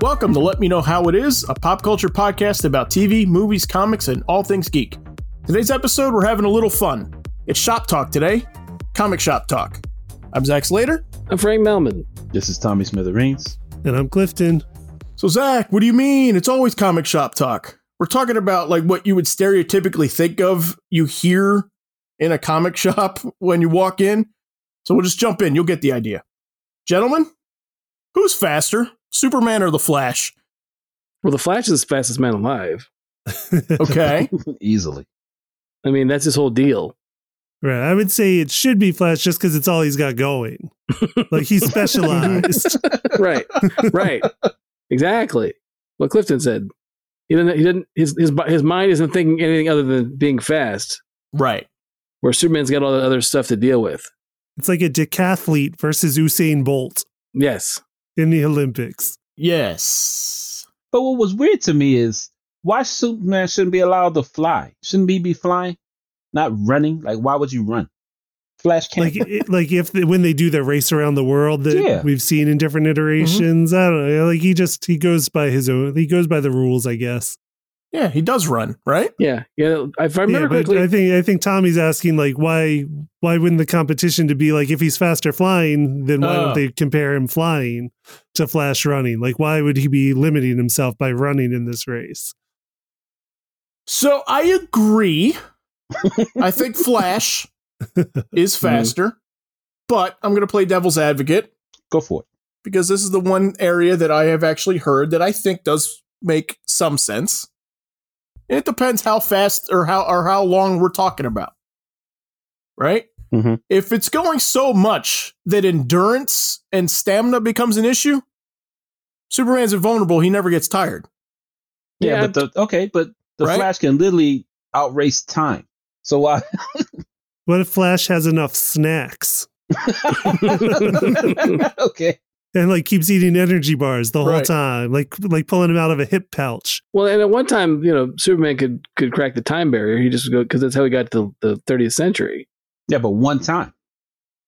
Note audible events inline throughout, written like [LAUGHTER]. welcome to Let Me Know How It Is, a pop culture podcast about TV, movies, comics, and all things geek. Today's episode, we're having a little fun. It's shop talk today, comic shop talk. I'm Zach Slater. I'm Frank Melman. This is Tommy Smithereens. And I'm Clifton. So, Zach, what do you mean? It's always comic shop talk. We're talking about like what you would stereotypically think of you hear in a comic [LAUGHS] shop when you walk in. So we'll just jump in. You'll get the idea. Gentlemen, who's faster, Superman or the Flash? Well, the Flash is the fastest man alive. Okay. [LAUGHS] Easily. I mean, that's his whole deal. right. I would say it should be Flash just because it's all he's got going. like he's specialized. Right. right. Exactly. What Clifton said. He didn't. He didn't. His his bu- his mind isn't thinking anything other than being fast. right. Where Superman's got all the other stuff to deal with. it's like a decathlete versus Usain Bolt Yes. in the Olympics. Yes. But what was weird to me is why Superman shouldn't be allowed to fly? Shouldn't he be flying? Not running? Like, why would you run? Flash can't. Like, it, like if they, when they do their race around the world that Yeah. we've seen in different iterations, I don't know. Like he just he goes by his own. He goes by the rules, I guess. Yeah, he does run, right? Yeah. Yeah. If I remember yeah, but correctly, I think I think Tommy's asking like why why wouldn't the competition to be like if he's faster flying, then why Oh. don't they compare him flying to Flash running? Like why would he be limiting himself by running in this race? So I agree. I think Flash is faster, but I'm going to play devil's advocate [LAUGHS] Go for it. because this is the one area that I have actually heard that I think does make some sense. And it depends how fast or how or how long we're talking about. Right? Mhm. If it's going so much that endurance and stamina becomes an issue, Superman's invulnerable, he never gets tired. Yeah, Yeah, but the, okay, but the Right? Flash can literally outrace time. So why? [LAUGHS] What if Flash has enough snacks okay. and like keeps eating energy bars the whole Right. time, like like pulling him out of a hip pouch? well, and at one time, you know, Superman could could crack the time barrier. He just go because that's how he got to the 30th century. Yeah, but one time.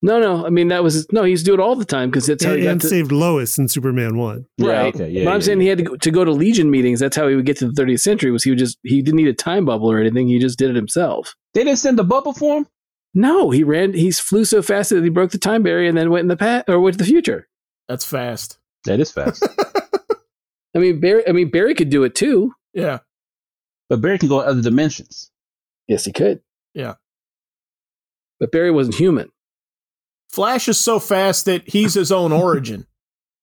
No, no. I mean, that was no. He's doing it all the time because that's how And, he got and to. saved Lois in Superman One. Right. Yeah, okay. Yeah, but I'm yeah, saying yeah. he had to go, to go to Legion meetings. That's how he would get to the 30th century. Was he would just he didn't need a time bubble or anything. He just did it himself. They didn't send the bubble for him? No, he ran. He flew so fast that he broke the time barrier and then went in the past or went to the future. That's fast. That is fast. I mean, Barry. I mean, Barry could do it too. Yeah. but Barry can go in other dimensions. Yes, he could. Yeah. but Barry wasn't human. Flash is so fast that he's his [LAUGHS] own origin.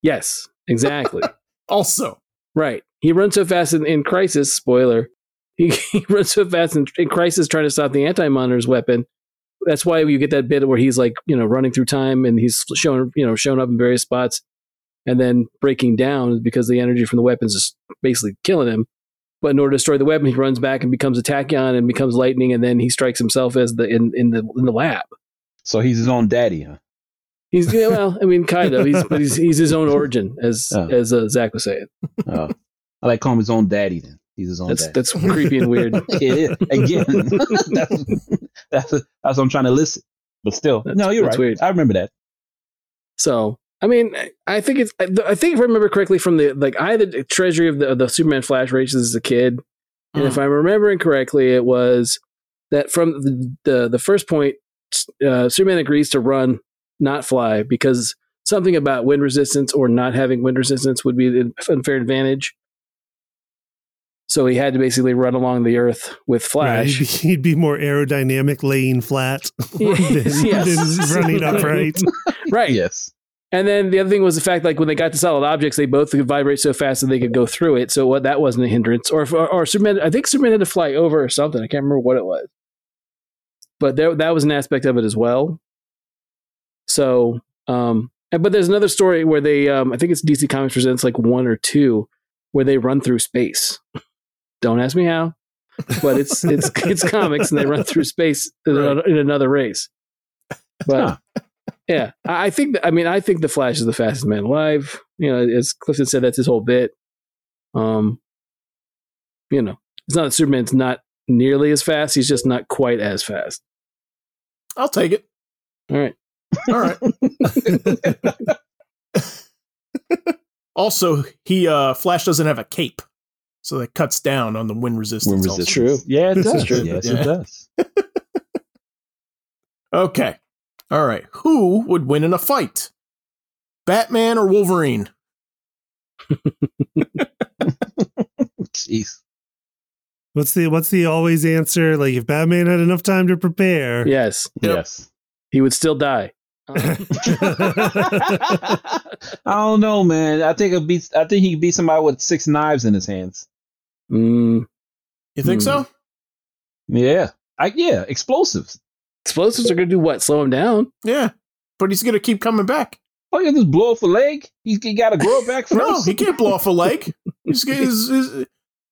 Yes, exactly. Also. right. He runs so fast in, in Crisis. Spoiler. [LAUGHS] He, he runs so fast in, in Crisis trying to stop the Anti-Monitor's weapon. That's why you get that bit where he's like, you know, running through time and he's shown, you know, shown up in various spots, and then breaking down because the energy from the weapons is basically killing him. But in order to destroy the weapon, he runs back and becomes a tachyon and becomes lightning, and then he strikes himself as the in, in the in the lab. So he's his own daddy, huh? He's yeah, well, I mean, kind of. He's but he's, he's his own origin, as Oh. as uh, Zach was saying. Oh. I like calling him his own daddy then. He's his own That's daddy. that's creepy and weird. yeah, yeah. again. [LAUGHS] that's, that's, that's what I'm trying to listen. But still, That's- no, you're that's right. weird. I remember that. So I mean, I- I think it's. I I think if I remember correctly from the like, I had the treasury of the of the Superman Flash races as a kid, and if I'm remembering correctly, it was that from the the, the first point, uh, Superman agrees to run, not fly, because something about wind resistance or not having wind resistance would be an unfair advantage. So he had to basically run along the Earth with Right, [LAUGHS] Flash. He'd, be, he'd be more aerodynamic laying flat [LAUGHS] [LAUGHS] than, Yes. than running upright. Right. [LAUGHS] Yes. And then the other thing was the fact, like when they got to solid objects, they both could vibrate so fast that they could go through it. So what, that wasn't a hindrance. Or, if- or or Superman, I think Superman had to fly over or something. I can't remember what it was, but there, that was an aspect of it as well. So, um, and, but there's another story where they, um, I think it's DC Comics presents like one or two, where they run through space. Don't ask me how, but it's it's [LAUGHS] it's comics and they run through space in, Right. another, in another race. But Huh. yeah, I I think. I mean, I think the Flash is the fastest man alive. You know, as Clifton said, that's his whole bit. Um, you know, it's not that Superman's not nearly as fast. He's just not quite as fast. I'll take it. [LAUGHS] All right. All right. Also, he uh Flash doesn't have a cape, so that cuts down on the wind resistance. Wind also. True. resistance. Yeah, it This is does. true. Yes, Yeah. it does. Okay. All right. Who would win in a fight? Batman or Wolverine? Jeez. What's the what's the always answer? Like if Batman had enough time to prepare. Yes, Yep. Yes. he would still die. [LAUGHS] I don't know, man. I think it beats. I think he beat somebody with six knives in his hands. Mm, You think Hmm. so? Yeah, I, yeah, explosives. explosives are going to do what? Slow him down. Hmm. Yeah. But he's gonna keep coming back. Oh, you just blow off a leg. He, he got to grow [LAUGHS] it back No, first. he can't blow off a leg. He's, he's, he's-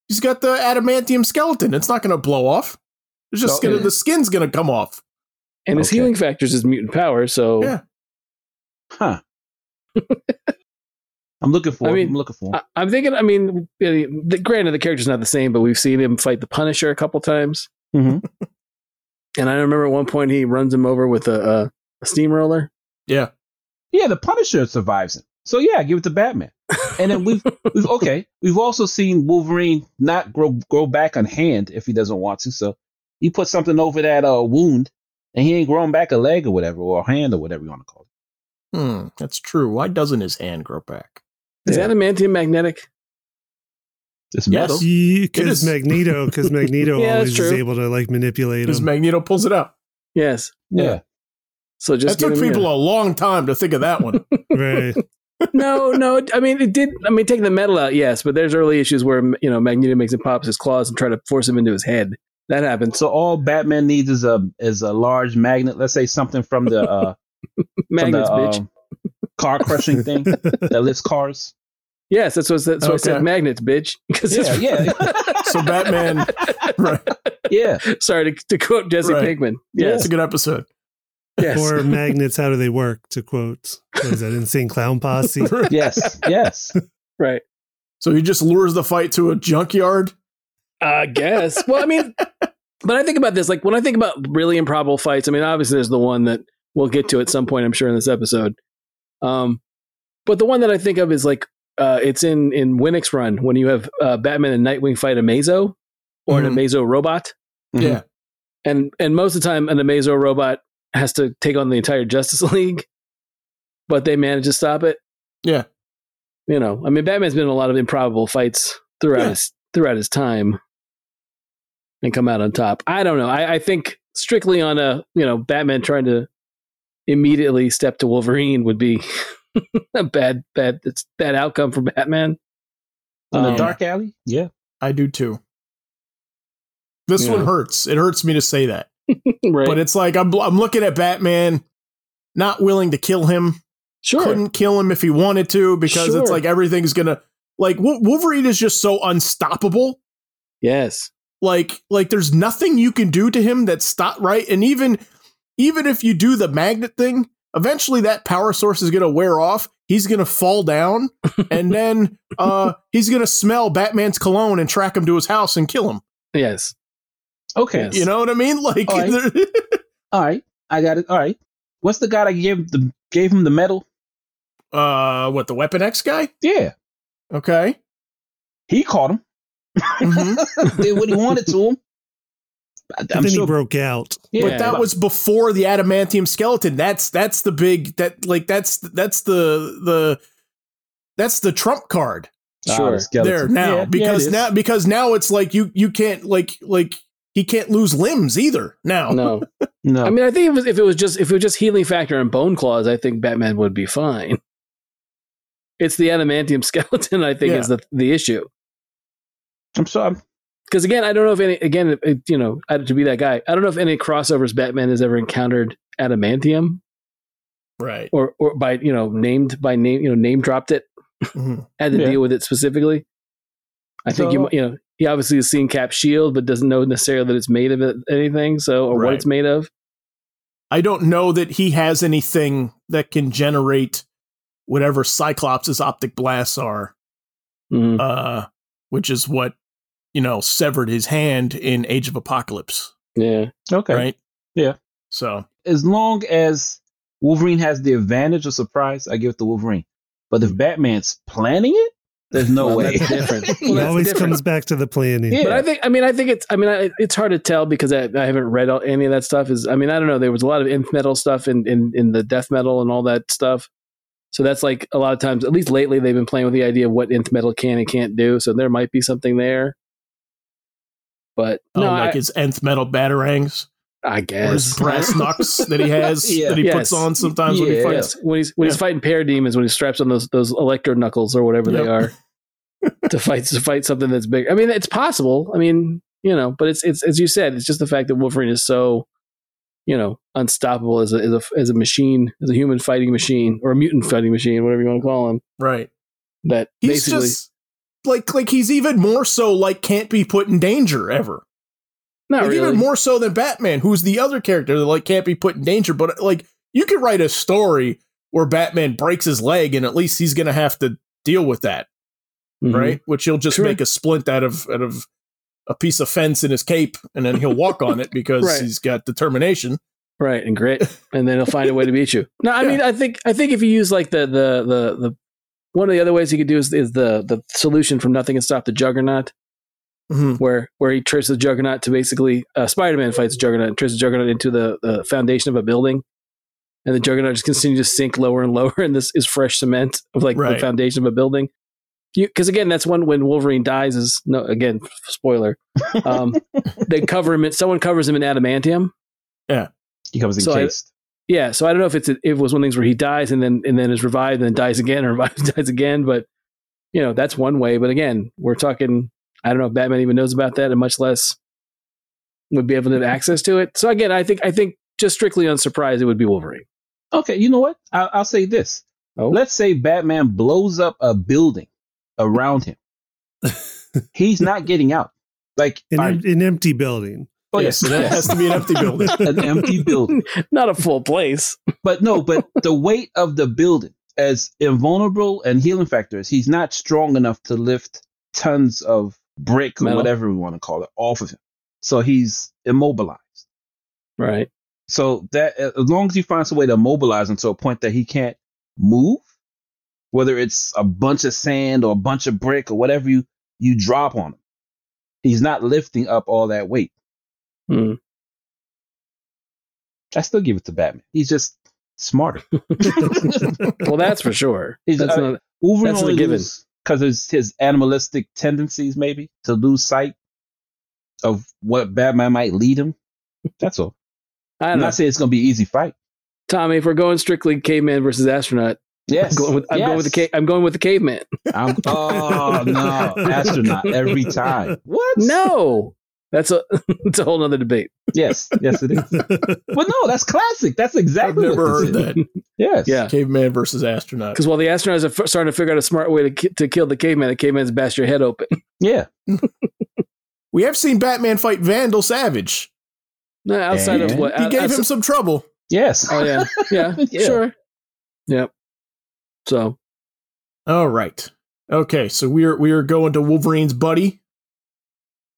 he's got the adamantium skeleton. It's not gonna blow off. It's just No, gonna it- the skin's gonna come off. And his Okay. healing factors is mutant power. So Yeah. huh? [LAUGHS] I'm looking for. I I mean, I'm looking for. I, I'm thinking. I mean, eh, the, granted, the character's not the same, but we've seen him fight the Punisher a couple times. Mhm. And I remember at one point he runs him over with a, a, a steamroller. yeah, the Punisher survives him. So yeah, give it to Batman. And then [LAUGHS] we've, we've okay. We've also seen Wolverine not grow grow back on hand if he doesn't want to. So he put something over that uh wound, and he ain't growing back a leg or whatever, or a hand or whatever you want to call it. Hmm, that's true. Why doesn't his hand grow back? Is Yeah. adamantium magnetic? It's Yes. metal. Because is. Magneto, [LAUGHS] because Magneto Yeah, that's always is true. able to like manipulate Because him. Magneto pulls it out. Yes. Yeah. So just that give took him- people a long time to think of that one. right. [LAUGHS] no, no. it- I mean, it did. I mean, taking the metal out, yes, but there's early issues where you know Magneto makes him pops his claws and try to force him into his head. That happens. So all Batman needs is a is a large magnet. Let's say something from the [LAUGHS] uh, from Magnets, the, bitch. um, car crushing thing that lifts cars. yes, that's what, that's what I said. Okay. Magnets, bitch. [LAUGHS] 'Cause Yeah, [LAUGHS] it's- yeah, [LAUGHS] so Batman, right? yeah. Sorry to, to quote Jesse Right. Pinkman. Yeah, Yes, it's a good episode. [LAUGHS] yes. Or magnets, how do they work? To quote, what is that insane [LAUGHS] clown posse? Yes, yes. right. So he just lures the fight to a junkyard. I guess. Well, I mean, but I think about this. Like when I think about really improbable fights, I mean, obviously there's the one that we'll get to at some point, I'm sure, in this episode. Um, but the one that I think of is like uh, it's in in Winix Run when you have uh, Batman and Nightwing fight a Amazo or an Mhm. Amazo robot, Mhm. Yeah, and and most of the time an Amazo robot has to take on the entire Justice [LAUGHS] League, but they manage to stop it. Yeah. you know, I mean, Batman's been in a lot of improbable fights throughout Yeah. his throughout his time, and come out on top. I don't know. I, I think strictly on a you know Batman trying to immediately step to Wolverine would be [LAUGHS] a bad bad it's bad outcome for Batman. [LAUGHS] In the Um, dark alley. Yeah. I do too. This Yeah. one hurts. It hurts me to say that, right? but it's like I'm I'm looking at Batman, not willing to kill him. sure. Couldn't kill him if he wanted to because Sure. it's like everything's gonna like Wol- Wolverine is just so unstoppable. Yes. like like there's nothing you can do to him that's stop right and even even if you do the magnet thing eventually that power source is going to wear off he's going to fall down and then uh he's going to smell batman's cologne and track him to his house and kill him Yes. Okay. Yes. you know what i mean [LAUGHS] like All right. All right. I got it. All right. What's the guy that gave the gave him the medal? uh what the weapon x guy Yeah. okay He caught him. Mhm. Mm-hmm. [LAUGHS] Did what he wanted to him. I, But am then sure. he broke out. yeah, but that was before the adamantium skeleton that's that's the big that like that's that's the the that's the trump card Ah, Sure. the skeleton. there now Yeah, yeah, because it is. now because now it's like you you can't like like he can't lose limbs either now. No. no. I mean, I think if it was, if it was just if it was just healing factor and bone claws, I think Batman would be fine. [LAUGHS] It's the adamantium [LAUGHS] skeleton, I think, is the the issue. I'm sorry. because again, I don't know if any again, if- if, you know, I- to be that guy, I don't know if any crossovers Batman has ever encountered adamantium Right. or or by you know named by name you know name dropped it Mhm. had to Yeah. deal with it specifically. I think you So- might- you know he obviously has seen Cap's shield, but doesn't know necessarily that it's made of it- anything, so or what Right. it's made of. I don't know that he has anything that can generate whatever Cyclops' optic blasts are, Mhm. uh, which is what you know severed his hand in Age of Apocalypse, Yeah, Okay. right? Yeah. So um, As long as Wolverine has the advantage of surprise, I give it to Wolverine. But Mm. if Batman's planning it, there's no Well, way. that's [LAUGHS] different. It Well, that's always different. comes back to the planning. Yeah. But I think, I mean, I think it's, I mean, I, it's hard to tell because I, I haven't read all, any of that stuff. Is I mean, I don't know. There was a lot of nth metal stuff in, in in the death metal and all that stuff. So that's like a lot of times, at least lately, they've been playing with the idea of what nth metal can and can't do. So there might be something there. But Oh, no, like I, his nth metal batarangs or I his guess brass knucks [LAUGHS] that he has Yeah. that he Yes. puts on sometimes when he Yeah. fights. Yes, when he's when he's Yeah. fighting parademons, when he straps on those those electro knuckles or whatever Yep. [LAUGHS] they are to fight to fight something that's big. I mean, it's possible. I mean, you know, but it's it's as you said, it's just the fact that Wolverine is so, you know, unstoppable as a as a, as a machine, as a human fighting machine or a mutant fighting machine, whatever you want to call him. Right. That He's basically, just like like he's even more so like can't be put in danger ever. not like really. even more so than Batman, who's the other character that like can't be put in danger. But like you could write a story where Batman breaks his leg, and at least he's gonna have to deal with that, Mhm. right? Which he'll just Sure. make a splint out of out of a piece of fence in his cape, and then he'll walk on it [LAUGHS] because Right. he's got determination. right and [LAUGHS] grit and then he'll find a way to beat you no i Yeah. mean i think i think if you use like the the the, the one of the other ways you could do is, is the the solution from nothing can stop the juggernaut Mhm. where where he tricks the juggernaut to basically uh, spider-man fights the juggernaut and tricks the juggernaut into the, the foundation of a building and the juggernaut just continues to sink lower and [LAUGHS] lower and this is fresh cement of like the Right. foundation of a building because again that's one when wolverine dies is no again spoiler um, they cover him in, someone covers him in adamantium He comes So I- encased. yeah, so I don't know if it's it was one of those things where he dies and then and then is revived and then dies again or [LAUGHS] revives dies again, but you know that's one way. But again, we're talking I don't know if Batman even knows about that and much less would be able to have access to it. So again, I think I think just strictly on surprise, it would be Wolverine. [LAUGHS] okay, you know what? I'll, I'll say this. Oh. Let's say Batman blows up a building around him. He's not getting out. Like, An, all right, em- an empty building. oh, Yeah, yes, so that has to [LAUGHS] be an empty [LAUGHS] building. an empty building. Not a full place. But no, but the weight of the building, as invulnerable and healing factors, he's not strong enough to lift tons of brick or Metal. whatever we want to call it off of him. So he's immobilized. Right. So that as long as he finds a way to immobilize him to a point that he can't move, whether it's a bunch of sand or a bunch of brick or whatever you you drop on him, he's not lifting up all that weight. Hmm. I still give it to Batman. He's just [LAUGHS] smarter. Well, that's for sure. [LAUGHS] He's- That's uh, not, Wolverine That's a only given. because his his animalistic tendencies, maybe to lose sight of what Batman might lead him. That's all. I I'm don't know. not saying it's gonna be an easy fight. Tommy, if we're going strictly caveman versus astronaut, Yes, I'm going with, I'm going with the yes. ca- I'm going with the caveman. I'm, oh no, astronaut every time. What? No, that's a [LAUGHS] it's a whole other debate. Yes, yes it is. But no, that's classic. That's I've exactly. never what this [LAUGHS] heard is. that. Yes. Yeah. Caveman versus astronaut. Because while the astronauts are f- starting to figure out a smart way to, ki- to kill the caveman, the caveman's bashed your head open. [LAUGHS] Yeah. We have seen Batman fight Vandal Savage. No, outside of And what? He out- gave outs- him some trouble. Yes. [LAUGHS] Oh yeah, yeah, Yeah. sure, yep. So All right. Okay, so we're we are going to Wolverine's buddy.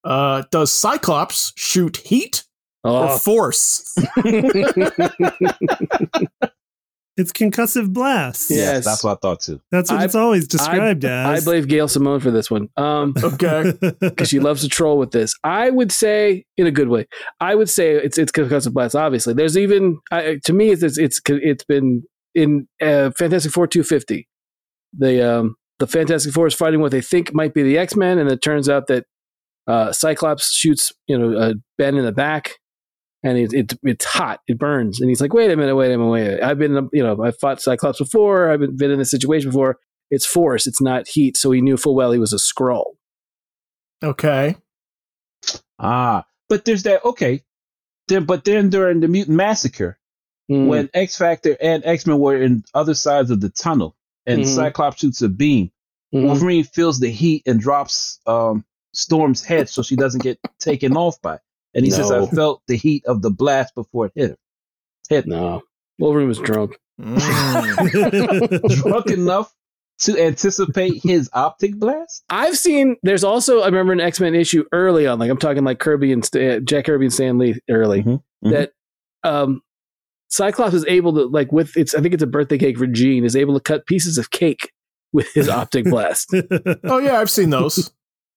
Uh does Cyclops shoot heat or [LAUGHS] oh, [LAUGHS] force? it's concussive blasts. Yeah. Yes. That's what I thought too. That's what I- it's always described I as. blame Gail Simone for this one. Um, Okay. [LAUGHS] because she loves to troll with this. I would say, in a good way, I would say it's it's concussive blast. Obviously, there's even I, to me it's it's it's, it's been in uh, Fantastic Four 250. The um the Fantastic Four is fighting what they think might be the X Men, and it turns out that uh, Cyclops shoots you know uh, Ben in the back, and it, it it's hot, it burns, and he's like, wait a minute, wait a minute, wait. A minute. I've been you know I've fought Cyclops before, I've been, been in this situation before. It's force, it's not heat. So he knew full well he was a scroll. [LAUGHS] Okay. Ah, but there's that. Okay. Then, but then during the mutant massacre, Mm. when X Factor and X Men were in other sides of the tunnel, and Mhm. Cyclops shoots a beam, Mm-hmm. Wolverine feels the heat and drops um, Storm's head so she doesn't get taken off by. It. And he says, No. "I felt the heat of the blast before it hit her. Hit her. No. Wolverine was drunk. Mm. drunk enough to anticipate his optic blast." I've seen, there's also, I remember an X Men issue early on, like I'm talking like Kirby and Sta- Jack Kirby and Stan Lee early, Mhm, mhm. that um, Cyclops is able to, like, with its, I think it's a birthday cake [LAUGHS] for Jean, is able to cut pieces of cake with his optic blast. Oh yeah, I've seen [LAUGHS] those.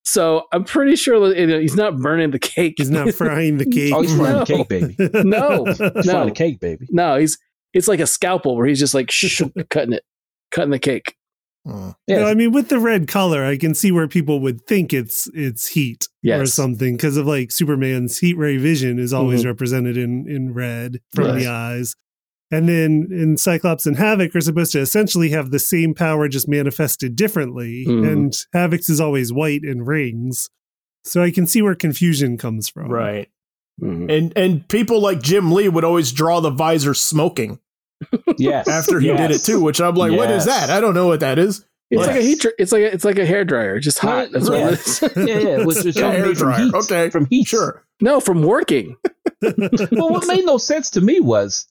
So I'm pretty sure you know, he's not burning the cake. [LAUGHS] He's not frying the cake. Oh, he's frying No. the cake, baby. [LAUGHS] No. He's frying No. the cake, baby. [LAUGHS] No, he's it's like a scalpel where he's just like shh, cutting it, cutting the cake. Hmm. Yeah, No, I mean with the red color, I can see where people would think it's it's heat Yes. or something because of like Superman's heat ray vision is always Mm-hmm. represented in in red Yes. from the eyes. And then in Cyclops and Havoc are supposed to essentially have the same power just manifested differently. Mm-hmm. Mhm. And Havoc's is always white and rings. So I can see where confusion comes from. [LAUGHS] Right. Mm-hmm. And and people like Jim Lee would always draw the visor smoking yes. after he did it Yes. too, which I'm like, what is Yes. that? I don't know what that is. It's like a Yes. heat. Dr- it's like a, it's like a hair dryer, just hot. That's what it is. [LAUGHS] Yeah, yeah, it was [LAUGHS] just Yeah, hair made from dryer. heat. Okay. From heat. [LAUGHS] Sure. No, from working. Well, what made no sense to me was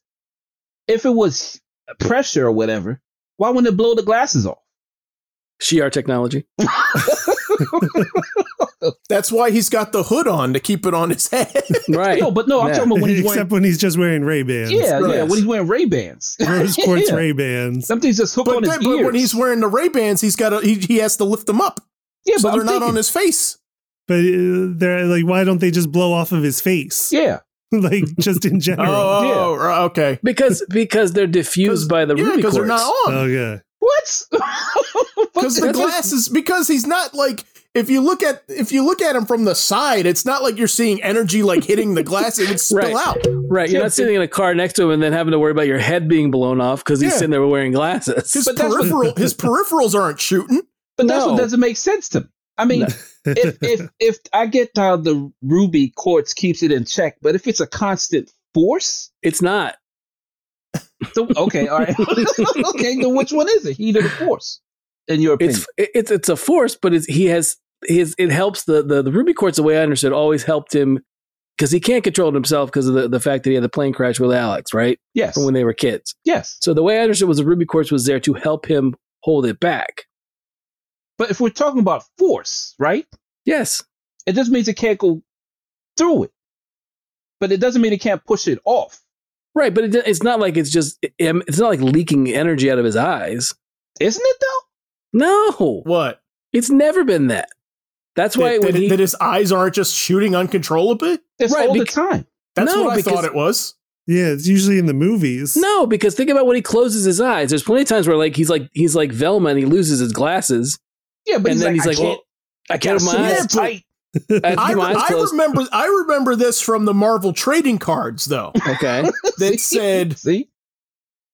if it was pressure or whatever, why wouldn't it blow the glasses off? Shiar technology. That's why he's got the hood on to keep it on his [LAUGHS] head. Right. No, but no, I'm Yeah. talking about when he's wearing. [LAUGHS] Except when he's just wearing Ray Bans. Yeah, [LAUGHS] yeah, Yes. when he's wearing Ray Bans. Rose quartz Yeah. Ray Bans. Something's just hooked but, on his then- but ears. when he's wearing the Ray Bans, he's got he, he has to lift them up. yeah, so but they're I'm not on thinking- his face. But uh, they're like, why don't they just blow off of his face? Yeah, [LAUGHS] like [LAUGHS] just in general. Oh, Oh, right, okay. because because they're diffused by the Yeah, ruby because they're not quartz. on. Oh, yeah. what? [LAUGHS] Because the That's what- glasses, because he's not like if you look at if you look at him from the side, it's not like you're seeing energy like hitting the glass; it would spill Right. out. Right. You're Yeah, not sitting in a car next to him and then having to worry about your head being blown off because he's Yeah. sitting there wearing glasses. His But that's what- peripheral, [LAUGHS] his peripherals aren't shooting. But that's No. what doesn't make sense to me. I mean, [LAUGHS] if [LAUGHS] if if I get how the ruby quartz keeps it in check, but if it's a constant force, it's not. so okay, [LAUGHS] all right, [LAUGHS] okay, then which one is it? Heat or the force? In your opinion, It's it- it's it's a force, but it's, he has his it helps the the the ruby quartz. The way I understood, always helped him because he can't control it himself because of the, the fact that he had the plane crash with Alex, right? yes, From when they were kids. yes. So the way I understood was the ruby quartz was there to help him hold it back. But if we're talking about force, right? Yes. It just means it can't go through it, but it doesn't mean it can't push it off. Right, but it, it's not like it's just it's not like leaking energy out of his eyes. Isn't it though? No, What? it's never been that. That's why That, when that- he that his eyes aren't just shooting uncontrollably. It's Right, all the bec- time. That's No, what I because- thought it was. yeah, it's usually in the movies. [LAUGHS] no, because think about when he closes his eyes. There's plenty of times where like he's like he's like Velma and he loses his glasses, Yeah, and but he's then like, he's like, I can't, well, I can't have my see eyes. that tight. I have to I, keep my eyes I closed. remember I remember this from the Marvel trading cards [LAUGHS] though [LAUGHS] Okay, that said [LAUGHS] See,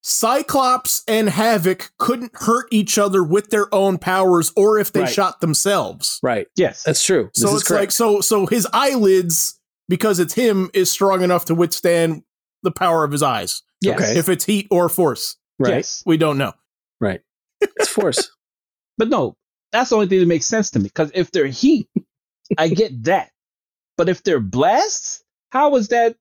Cyclops and Havoc couldn't hurt each other with their own powers or if they Right. shot themselves. right, yes, that's true. This So is it's correct. like so so his eyelids because it's him is strong enough to withstand the power of his eyes. yes, okay. If it's heat or force, right, yes. we don't know. it's force. But no, that's the only thing that makes sense to me. Because if they're heat, I [LAUGHS] get that. But if they're blasts, how is that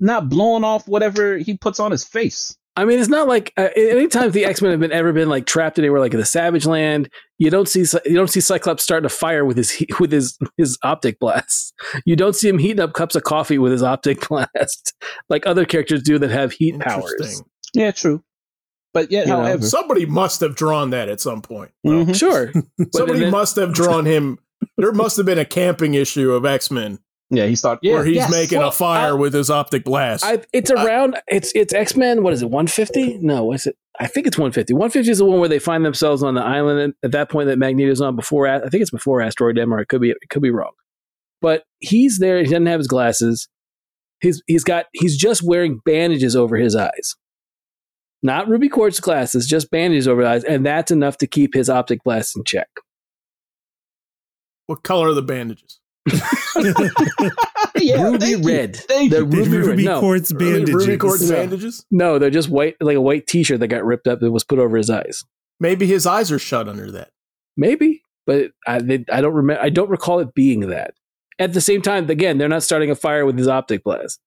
not blowing off whatever he puts on his face? I mean, it's not like uh, anytime the X Men have been ever been like trapped anywhere, like in the Savage Land. You don't see Cy- you don't see Cyclops starting to fire with his he- [LAUGHS] with his his optic blast. You don't see him heating up cups of coffee with his optic [LAUGHS] blast, like other characters do that have heat powers. Interesting. Um, Yeah, true. But yet, You know, however, Somebody must have drawn that at some point. Mhm. [LAUGHS] Sure, But Somebody then- must have drawn him. There must have been a camping issue of X Men yeah, he started. where he's making Well, a fire I- with his optic blast. I, it's around it's it's X Men. What is it? One fifty? No, what is it? I think it's one fifty. One fifty is the one where they find themselves on the island and at that point that Magneto's on before. A- I think it's before Asteroid M, or it could be it could be wrong. But he's there. He doesn't have his glasses. He's he's got he's just wearing bandages over his eyes, not ruby quartz glasses, just bandages over his eyes, and that's enough to keep his optic blast in check. what color are the bandages? [LAUGHS] yeah, ruby thank you. red. Thank They're you. The ruby, ruby, red. No, quartz bandages. Ruby quartz No. bandages? no, they're just white like a white T-shirt that got ripped up that was put over his eyes. Maybe his eyes are shut under that. maybe but i they, i don't remember i don't recall it being that at the same time again they're not starting a fire with his optic blast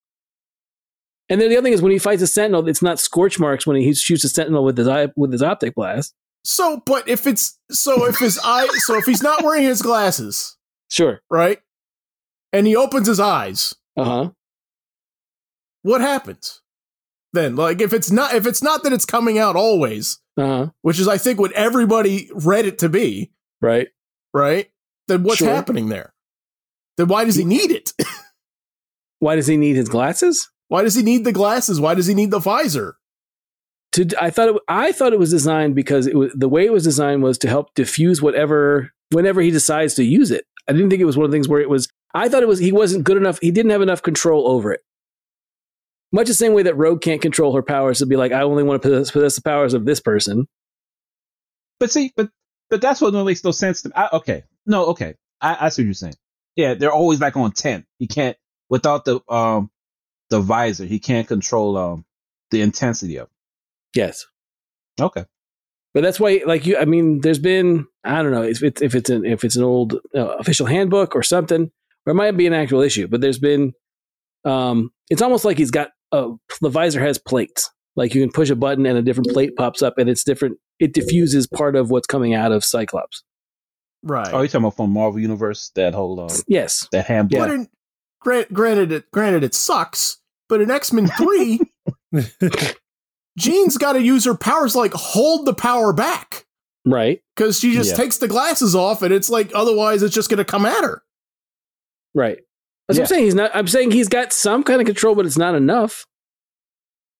and then the other thing is when he fights a sentinel it's not scorch marks when he shoots a sentinel with his eye with his optic blast So, but if it's so, if his eye, so if he's not wearing his glasses, sure right, and he opens his eyes, uh-huh what happens? Then, like, if it's not if it's not that it's coming out always, Uh-huh. which is I think what everybody read it to be, Right. right? Then what's Sure. happening there? Then why does he need it? [LAUGHS] Why does he need his glasses? why does he need the glasses? Why does he need the visor? To I thought it, I thought it was designed because it was, the way it was designed was to help diffuse whatever whenever he decides to use it. I didn't think it was one of the things where it was. I thought it was he wasn't good enough. He didn't have enough control over it. Much the same way that Rogue can't control her powers to be like, I only want to possess, possess the powers of this person. But see, but but that's what makes no sense to me. I, okay, no, okay, I, I see what you're saying. Yeah, they're always like on ten. He can't without the um the visor. He can't control um the intensity of. Yes. It. Okay, But that's why, like you, I mean, there's been I don't know if it's if it's an if it's an old uh, official handbook or something, or it might be an actual issue. But there's been, um, it's almost like he's got a the visor has plates. Like you can push a button and a different plate pops up, and it's different. It diffuses part of what's coming out of Cyclops. Right. oh, you talking about from Marvel Universe that whole uh, Yes, that handbook? But in, gra- granted, it granted it sucks. But in X Men Three, [LAUGHS] Jean's got to use her powers like hold the power back right, because she just Yeah. takes the glasses off, and it's like otherwise it's just gonna come at her. right. That's what Yeah. I'm saying. He's not. I'm saying he's got some kind of control, but it's not enough.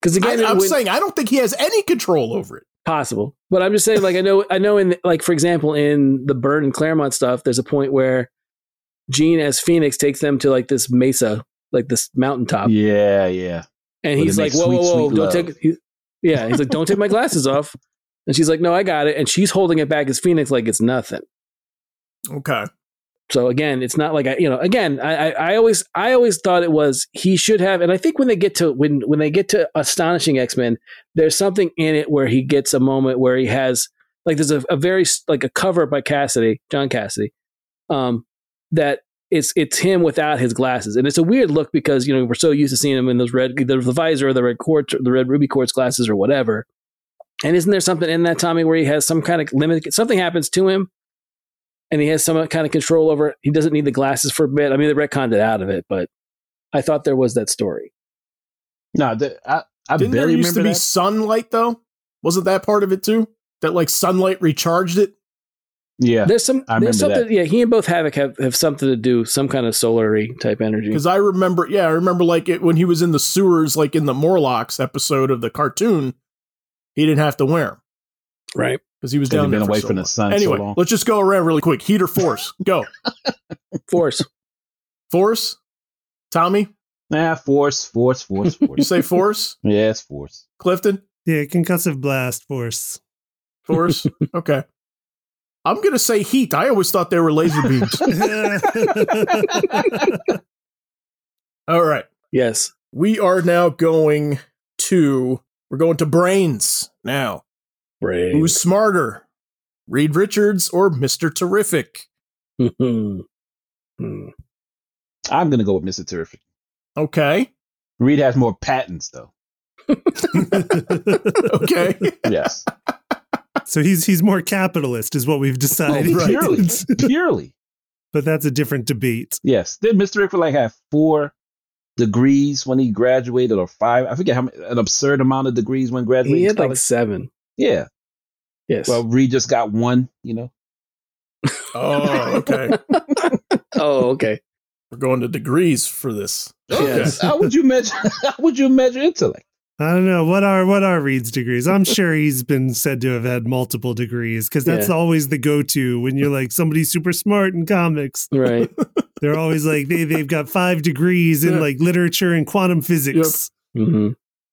Because again, I, it am would- saying I don't think he has any control over it. possible. But I'm just saying, like I know, I know, in like for example, in the Burn and Claremont stuff, there's a point where Gene as Phoenix takes them to like this mesa, like this mountaintop, yeah, yeah. and Where he's they like, make "Whoa, sweet, whoa, whoa! sweet Don't love. take." He, yeah, he's like, "Don't take my glasses off," and she's like, "No, I got it," and she's holding it back as Phoenix, like it's nothing. Okay. So again, it's not like I, you know, again, I, I, I always, I always thought it was he should have, and I think when they get to when when they get to astonishing X Men, there's something in it where he gets a moment where he has like there's a, a very s- like a cover by Cassidy, John Cassidy, um, that it's it's him without his glasses, and it's a weird look because you know we're so used to seeing him in those red either the visor or the red quartz or the red ruby quartz glasses or whatever. And isn't there something in that Tommy where he has some kind of limit? Something happens to him and he has some kind of control over it. He doesn't need the glasses for a bit. I mean, they retconned it out of it, but I thought there was that story. No, the, I I Didn't there barely used remember to be that. sunlight though? Wasn't that part of it too? That like sunlight recharged it. yeah, There's some, I there's remember something. Yeah, he and both Havoc have, have something to do, some kind of solary type Mm. energy. Because I remember, yeah, I remember like it when he was in the sewers, like in the Morlocks episode of the cartoon. He didn't have to wear them Right. because he was They've down been there for away so from long. the sun so Anyway, long. let's just go around really quick. Heat or force? go. [LAUGHS] Force. Force. Tommy, nah, force, [LAUGHS] force, force, you force. say force. yeah, it's force. Clifton, yeah, concussive blast force. [LAUGHS] force. Okay. I'm gonna say heat. I always thought they were laser beams. All right. [LAUGHS] yes. We are now going to we're going to brains now. Brave. [LAUGHS] Who's smarter? Reed Richards or Mr. Terrific? Hmm. I'm gonna go with Mister Terrific. Okay. Reed has more patents though. Okay. [LAUGHS] Yes, Oh, so he's he's more capitalist, is what we've decided. Oh, Right. Oh, purely, purely. [LAUGHS] but that's a different debate. Yes. Did Mr. Rickford like have four degrees when he graduated or five? I forget how many, an absurd amount of degrees when graduating. He had like college. seven. yeah. Yes. Well, Reed just got one, you know. oh, okay. [LAUGHS] oh, okay. We're going to degrees for this. Yes. How would you measure [LAUGHS] how would you measure intellect? I don't know what are what are Reed's degrees. I'm sure he's been said to have had multiple degrees because that's Yeah. always the go-to when you're like somebody super smart in comics. [LAUGHS] Right. They're always like they they've got five degrees in Yeah. like literature and quantum physics, hmm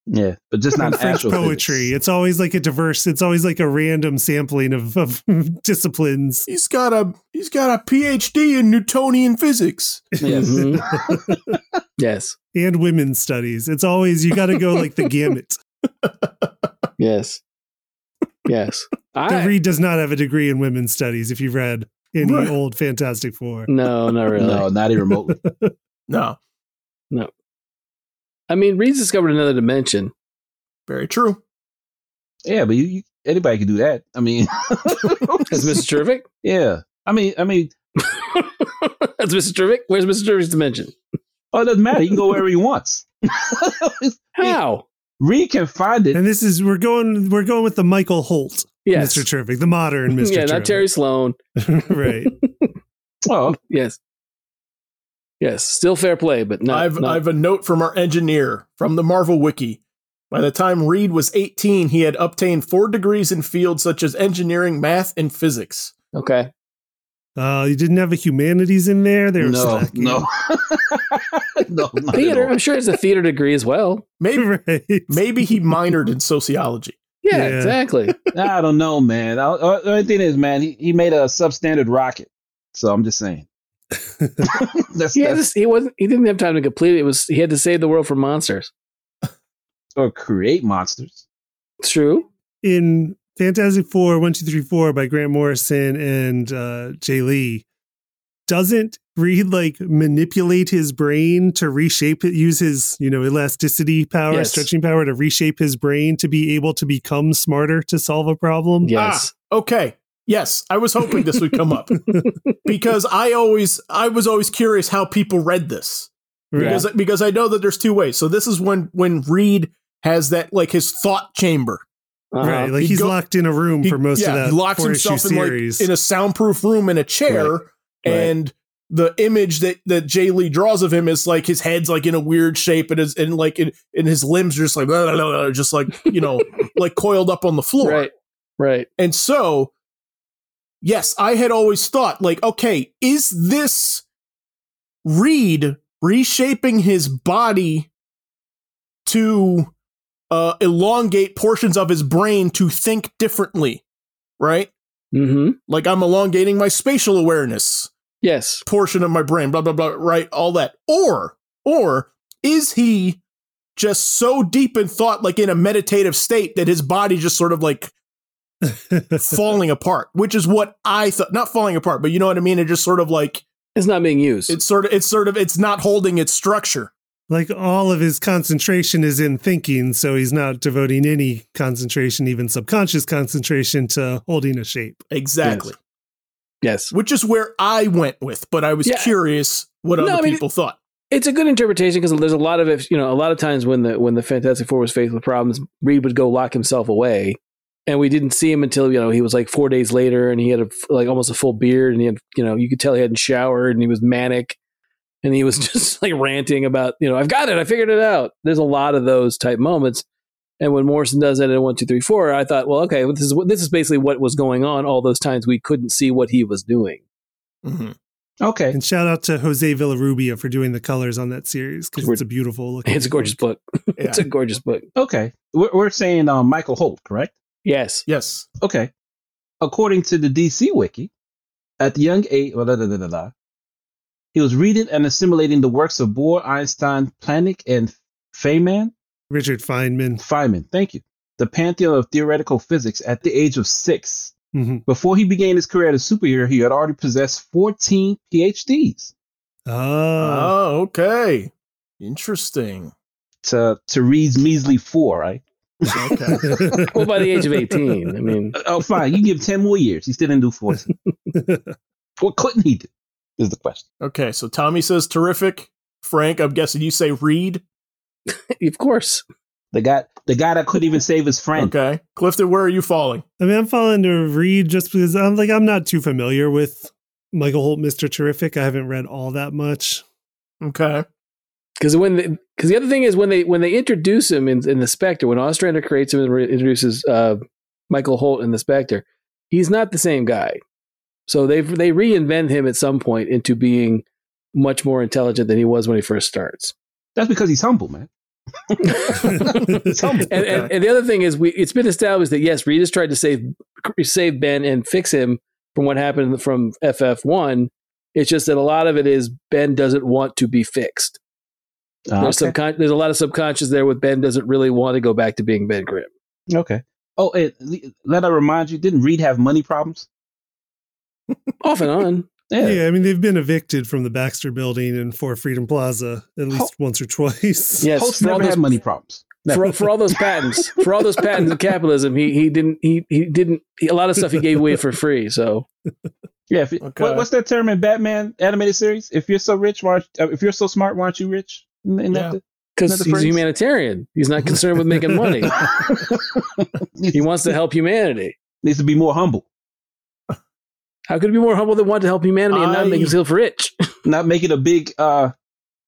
Yeah. But just not and [LAUGHS] French actual [LAUGHS] poetry. It's always like a diverse. It's always like a random sampling of, of [LAUGHS] disciplines. He's got a he's got a PhD in Newtonian physics. Yes. Mm-hmm. [LAUGHS] yes. [LAUGHS] and women's studies. It's always you got to go like the gamut. Yes. Yes. That I, Reed does not have a degree in women's studies. If you've read any Right. old Fantastic Four, no, not really. [LAUGHS] No, not even remotely. No, I mean, Reed's discovered another dimension. very true. yeah, but you, you anybody could do that. I mean [LAUGHS] That's Mr. Terrific. Yeah. I mean I mean, [LAUGHS] That's Mr. Terrific. Where's Mr. Terrific's dimension? oh it doesn't matter. He can go wherever he wants. How? [LAUGHS] Reed can find it. And this is we're going we're going with the Michael Holt, Yes. Mr. Terrific, [LAUGHS] the modern Mr. yeah, not Terry Sloan. Terrific. [LAUGHS] right. [LAUGHS] Oh, Yes. Yes. Still fair play, but not. I've not- I've a note from our engineer from the Marvel Wiki. By the time Reed was 18, he had obtained four degrees in fields such as engineering, math, and physics. [LAUGHS] okay. Uh, you didn't have a humanities in there. There was no, slack. no, [LAUGHS] no, not Theater. at all. I'm sure it's a theater degree as well. Maybe [LAUGHS] [LAUGHS] right. maybe he minored in sociology. Yeah, [LAUGHS] Yeah. exactly. I don't know, man. I, I, the only thing is, man, he, he made a substandard rocket. So I'm [LAUGHS] just saying. [LAUGHS] that's, He, had that's to, he wasn't. He didn't have time to complete it. it. Was he had to save the world from monsters? or create monsters. True. in Fantastic Four, one, two, three, four by Grant Morrison and uh, Jay Lee, doesn't Reed like manipulate his brain to reshape it, use his, you know, elasticity power, Yes. stretching power to reshape his brain to be able to become smarter to solve a Ah. problem? Yes. Okay. Yes, I was hoping this would come up because I always I was always curious how people read this Right. because because I know that there's two ways. So this is when when Reed has that like his thought chamber. Uh-huh. Right. Like He'd he's go- locked in a room for most of that. he locks four himself issue in like series. in a soundproof room in a chair, Right. and the image that that Jay Lee draws of him is like his head's like in a weird shape, and his and like in, and his limbs are just like [LAUGHS] blah, blah, blah, blah, just like you know like coiled up on the floor, Right. Right. and so yes, I had always thought like, okay, is this Reed reshaping his body to uh, elongate portions of his brain to think differently, right? Mm-hmm. like I'm elongating my spatial awareness Yes. portion of my brain, blah blah blah, right? All that, or or is he just so deep in thought, like in a meditative state, that his body just sort of like falling apart, which is what I thought, not falling apart, but you know what I mean? It just sort of like It's not being used. it's sort of it's sort of it's not holding its structure. [LAUGHS] like all of his concentration is in thinking, so he's not devoting any concentration, even subconscious concentration, to holding a shape. Exactly, yes. which is where I went with, but I was Yeah. curious what No, other I mean, people thought. It's a good interpretation because there's a lot of it. You know, a lot of times when the when the Fantastic Four was faced with problems, Reed would go lock himself away, and we didn't see him until you know he was like four days later, and he had a, f- like almost a full beard, and he had you know you could tell he hadn't showered, and he was manic, and he was [LAUGHS] just like ranting about you know I've got it, I figured it out. There's a lot of those type moments. And when Morrison does that in one, two, three, four, I thought, well, okay, well, this is what this is basically what was going on all those times we couldn't see what he was doing. [LAUGHS] Mhm. Okay. And shout out to Jose Villarubia for doing the colors on that series because it's a beautiful look. It's a gorgeous book. It's a gorgeous book. Okay. We're, we're saying um, Michael Holt, correct? Yes. Yes, Okay. According to the DC Wiki, at the young age, blah, blah, blah, blah, blah, he was reading and assimilating the works of Bohr, Einstein, Planck, and Feynman. Richard Feynman. Feynman, thank you. The pantheon of theoretical physics at the age of six. hmm Before he began his career as a superhero, he had already possessed 14 PhDs. Uh, Oh, oh, okay, interesting. To to Reed's measly four, right? Oh. Okay. [LAUGHS] Well, by the age of 18, I mean, [LAUGHS] Oh, fine. You give 10 more years. He still didn't do 14. what couldn't he do? Is the question. Okay, so Tommy says terrific. Frank, I'm guessing you say Reed. of course. The guy, the guy that couldn't even save his friend. Okay, Clifton, where are you falling? I mean, I'm falling to Reed just because I'm like I'm not too familiar with Michael Holt, Mister Terrific. I haven't read all that much. Okay, Because when because the other thing is when they when they introduce him in, in the Spectre, when Ostrander creates him and re- introduces uh, Michael Holt in the Spectre, he's not the same guy. So they they reinvent him at some point into being much more intelligent than he was when he first starts. That's because he's humble, [LAUGHS] man. He's humble. And, and, and the other thing is, we it's been established that yes, Reed has tried to save save Ben and fix him from what happened from FF one. It's just that a lot of it is Ben doesn't want to be fixed. Ah, There's, okay. subcon- there's a lot of subconscious there with Ben doesn't really want to go back to being Ben Grimm. okay. Oh, and le- let I remind you, didn't Reed have money problems? Off and [LAUGHS] on. yeah. I mean they've been evicted from the Baxter Building and for Freedom Plaza at least Holt- once or twice. Yes. Holtz for, all never those, had money problems. for, for all those [LAUGHS] patents, for all those patents of capitalism, he he didn't he he didn't he, a lot of stuff he gave away for free. So Yeah. If it, Okay. what, what's that term in Batman animated series? If you're so rich, why? Aren't, uh, if you're so smart, why aren't you rich? Isn't that Yeah. the- because Another he's a phrase? humanitarian. He's not concerned with making [LAUGHS] money. He needs, wants to help humanity. needs to be more humble. How could it be more humble than want to help humanity and not I- make himself rich? Not making a big uh,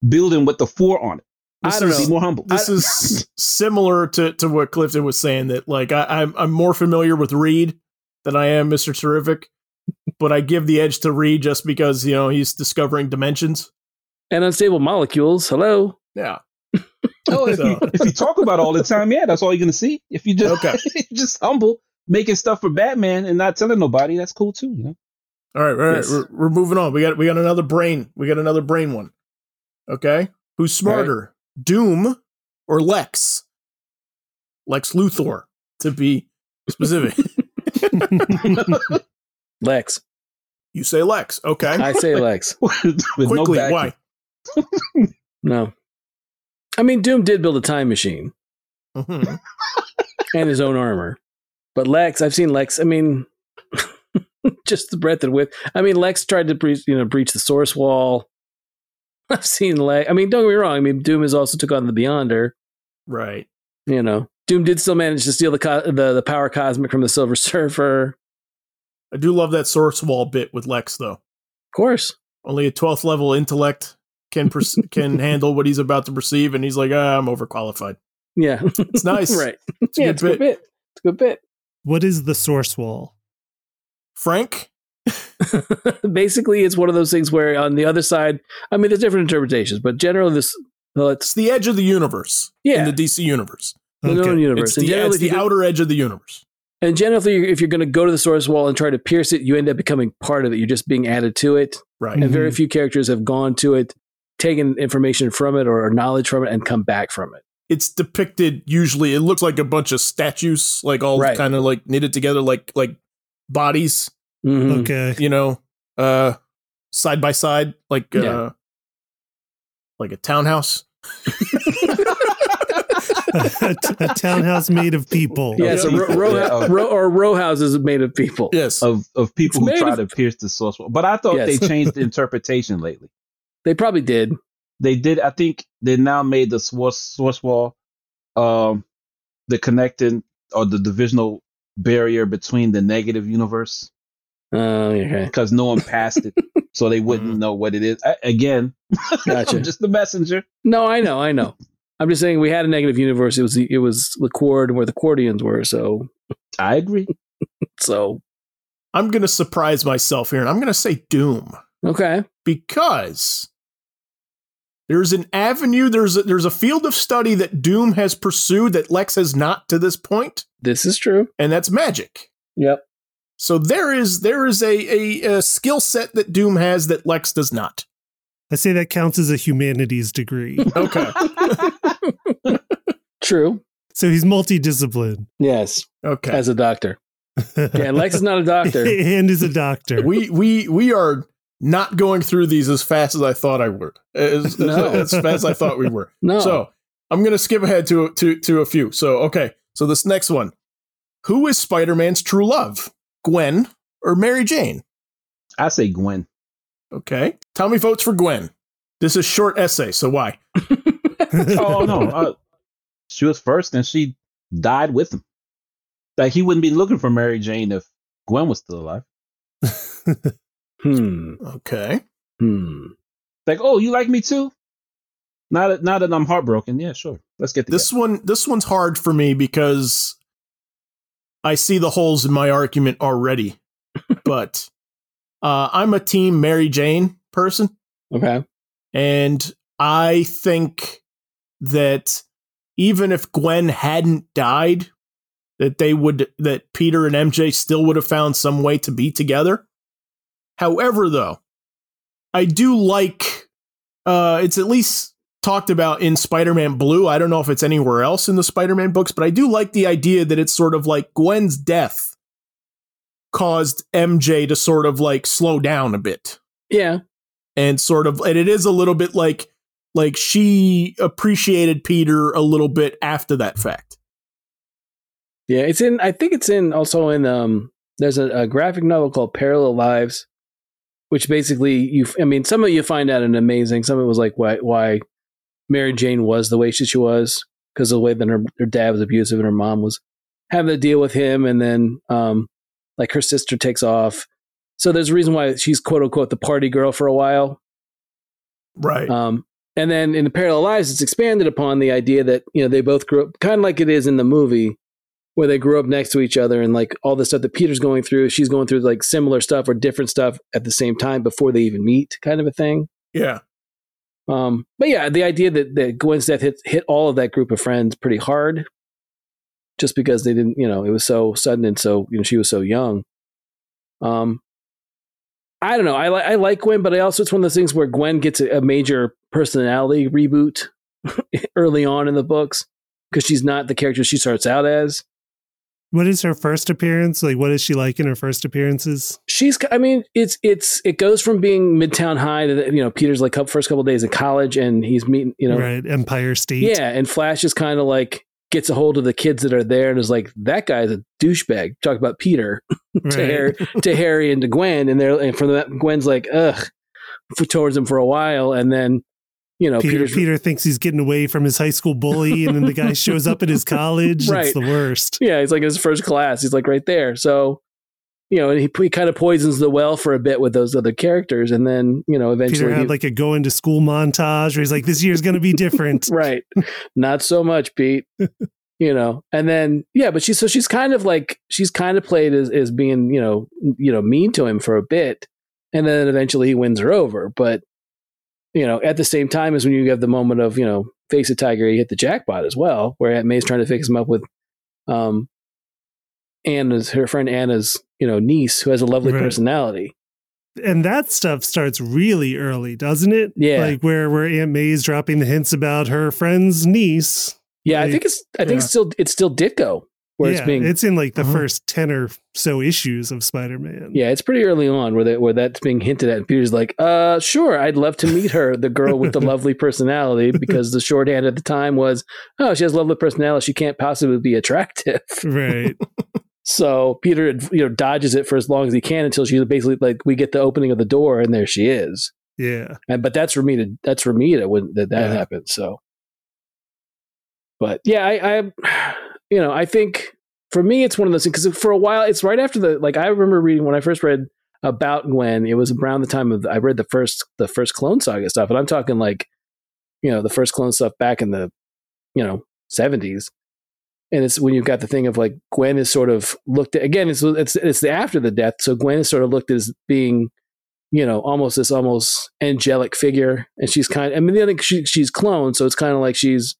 building with the four on it. I don't is- Be know. more humble. This is similar to, to what Clifton was saying that like I, I'm I'm more familiar with Reed than I am Mr. Terrific, but I give the edge to Reed just because you know he's discovering dimensions. And unstable molecules. Hello. Yeah. Oh, if, you, So- [LAUGHS] if you talk about all the time, yeah, that's all you're gonna see. If you just Okay. [LAUGHS] just humble, making stuff for Batman and not telling nobody, that's cool too. You know, All right, all right. Yes. We're, we're moving on. We got we got another brain. We got another brain one. Okay, who's All right. smarter, Doom or Lex? Lex Luthor, to be [LAUGHS] specific. Lex. you say Lex, okay? I say Lex. [LAUGHS] With no Quickly, backing. why? No. I mean, Doom did build a time machine Mhm. and his own armor. But Lex, I've seen Lex. I mean, [LAUGHS] just the breadth and width. I mean, Lex tried to breach, you know, breach the source wall. [LAUGHS] I've seen Lex. I mean, don't get me wrong. I mean, Doom has also took on the Beyonder. Right. you know, Doom did still manage to steal the co- the, the power cosmic from the Silver [LAUGHS] Surfer. I do love that source wall bit with Lex though. Of course, Only a twelfth level intellect can [LAUGHS] perce- can handle what he's about to perceive, and he's like, ah, I'm overqualified. yeah, [LAUGHS] It's nice, right? It's a yeah, good it's a bit. good bit. It's a good bit. [LAUGHS] what is the source wall? Frank? Basically, it's one of those things where on the other side, I mean, there's different interpretations, but generally, this well, it's It's the edge of the universe yeah, in the DC universe. the, known universe, It's and the, generally, it's if you the go- outer edge of the universe. and generally, if you're going to go to the source wall and try to pierce it, you end up becoming part of it. You're just being added to it, Right. and very Mhm. few characters have gone to it, taken information from it or knowledge from it, and come back from it. It's depicted usually it looks like a bunch of statues, like all Right. kind of like knitted together like like bodies, Mm-hmm. Mhm. Okay. [LAUGHS] you know, uh side by side, like Yeah. uh like a townhouse. a, a townhouse made of people. Yeah, so ro- row, Yeah. row or row houses made of people. Yes. Of of people It's who made try of- to pierce the source, wall. but I thought Yes. [LAUGHS] they changed the interpretation lately. They probably did. They did. I think they now made the source source wall, um, the connecting or the divisional barrier between the negative universe Oh, okay. because no one passed [LAUGHS] it, so they wouldn't know what it is. I, again, Mm-hmm. [LAUGHS] Gotcha. I'm just the messenger. No, I know, I know. I'm just saying we had a negative universe. It was the, it was the chord where the Cordians were. So [LAUGHS] I agree. [LAUGHS] so I'm going to surprise myself here and I'm going to say Doom okay. because there's an avenue, there's a, there's a field of study that Doom has pursued that Lex has not to this point, This is true. and that's magic. Yep. So there is there is a a, a skill set that Doom has that Lex does not. I say that counts as a humanities degree. Okay. True. so he's multidisciplined. Yes. [LAUGHS] Okay. As a doctor. Yeah, Lex is not a doctor. [LAUGHS] and is a [LAUGHS] doctor. we we we are not going through these as fast as I thought I would. As, No. as fast as I thought we were. No. So I'm gonna skip ahead to to to a few. So okay. So this next one. Who is Spider-Man's true love? Gwen or Mary Jane? I say Gwen. Okay. Tommy votes for Gwen. This is short essay, so why? [LAUGHS] Oh no, uh, she was first, and she died with him. Like he wouldn't be looking for Mary Jane if Gwen was still alive. hmm. Okay. Hmm. Like, oh, you like me too? Now that now that I'm heartbroken, yeah, sure. Let's get together. This one this one's hard for me because I see the holes in my argument already. but uh, I'm a team Mary Jane person Okay. and I think that even if Gwen hadn't died that they would that Peter and MJ still would have found some way to be together. However though, I do like uh it's at least talked about in Spider-Man Blue. I don't know if it's anywhere else in the Spider-Man books, but I do like the idea that it's sort of like Gwen's death caused MJ to sort of like slow down a bit Yeah. and sort of and it is a little bit like like she appreciated Peter a little bit after that fact. Yeah. It's in. I think it's in. Also in. Um. There's a, a graphic novel called Parallel Lives, which basically you. I mean, some of you find out an amazing. Some of it was like why why Mary Jane was the way she, she was because of the way that her, her dad was abusive and her mom was having to deal with him. And then, um, like, her sister takes off. So there's a reason why she's quote unquote the party girl for a while. Right. Um, and then in the parallel lives, it's expanded upon the idea that you know they both grew up kind of like it is in the movie, where they grew up next to each other and like all the stuff that Peter's going through, she's going through like similar stuff or different stuff at the same time before they even meet, kind of a thing. yeah. Um, but yeah, the idea that, that Gwen's death hit hit all of that group of friends pretty hard, just because they didn't, you know, it was so sudden and so you know she was so young. Um, I don't know. I like I like Gwen, but I also it's one of those things where Gwen gets a, a major personality reboot [LAUGHS] early on in the books because she's not the character she starts out as. [LAUGHS] What is her first appearance? Like, what is she like in her first appearances? she's i mean it's it's it goes from being midtown high to the, you know peter's like couple- first couple of days in college and he's meeting you know right, Empire State. yeah and flash is kind of like gets a hold of the kids that are there and is like that guy's a douchebag talk about peter [LAUGHS] right. to, Harry, to Harry and to Gwen, and they're and from that Gwen's like ugh for, towards him for a while, and then you know Peter, Peter's Peter thinks he's getting away from his high school bully, and then [LAUGHS] the guy shows up at his college. Right. It's the worst. yeah he's like in his first class, he's like right there, so you know and he, he kind of poisons the well for a bit with those other characters, and then you know Peter eventually he- had like a going to school montage where he's like, "This year's going to be different." [LAUGHS] right not so much [LAUGHS] pete you know and then yeah but she's so she's kind of like she's kind of played as, as being you know you know mean to him for a bit and then eventually he wins her over but you know at the same time as when you have the moment of you know face a tiger you hit the jackpot as well where Aunt may's trying to fix him up with um anna's her friend anna's you know niece who has a lovely Right. personality and that stuff starts really early, doesn't it? Yeah. like where where Aunt May's dropping the hints about her friend's niece. yeah i Like, think it's i think it's still it's still ditko where yeah, it's being it's in like the Uh-huh. first ten or so issues of Spider Man. Yeah, it's pretty early on where that where that's being hinted at. And Peter's like, "Uh, sure, I'd love to meet her, the girl with the lovely personality," because the shorthand at the time was, "Oh, she has lovely personality. She can't possibly be attractive." [LAUGHS] right. So Peter, you know, dodges it for as long as he can until she basically like we get the opening of the door and there she is. Yeah, And but that's Ramita. That's Ramita when that that Yeah. happened. So, but yeah, I, I, [SIGHS] you know, I think for me it's one of those things because for a while it's right after the like I remember reading when I first read about Gwen. It was around the time of I read the first the first Clone Saga stuff, and I'm talking like, you know, the first Clone stuff back in the, you know, seventies. And it's when you've got the thing of like Gwen is sort of looked at again. It's it's it's the after the death, so Gwen is sort of looked as being you know, almost this almost angelic figure. And she's kind I mean, the other thing, she, she's cloned. So it's kind of like she's,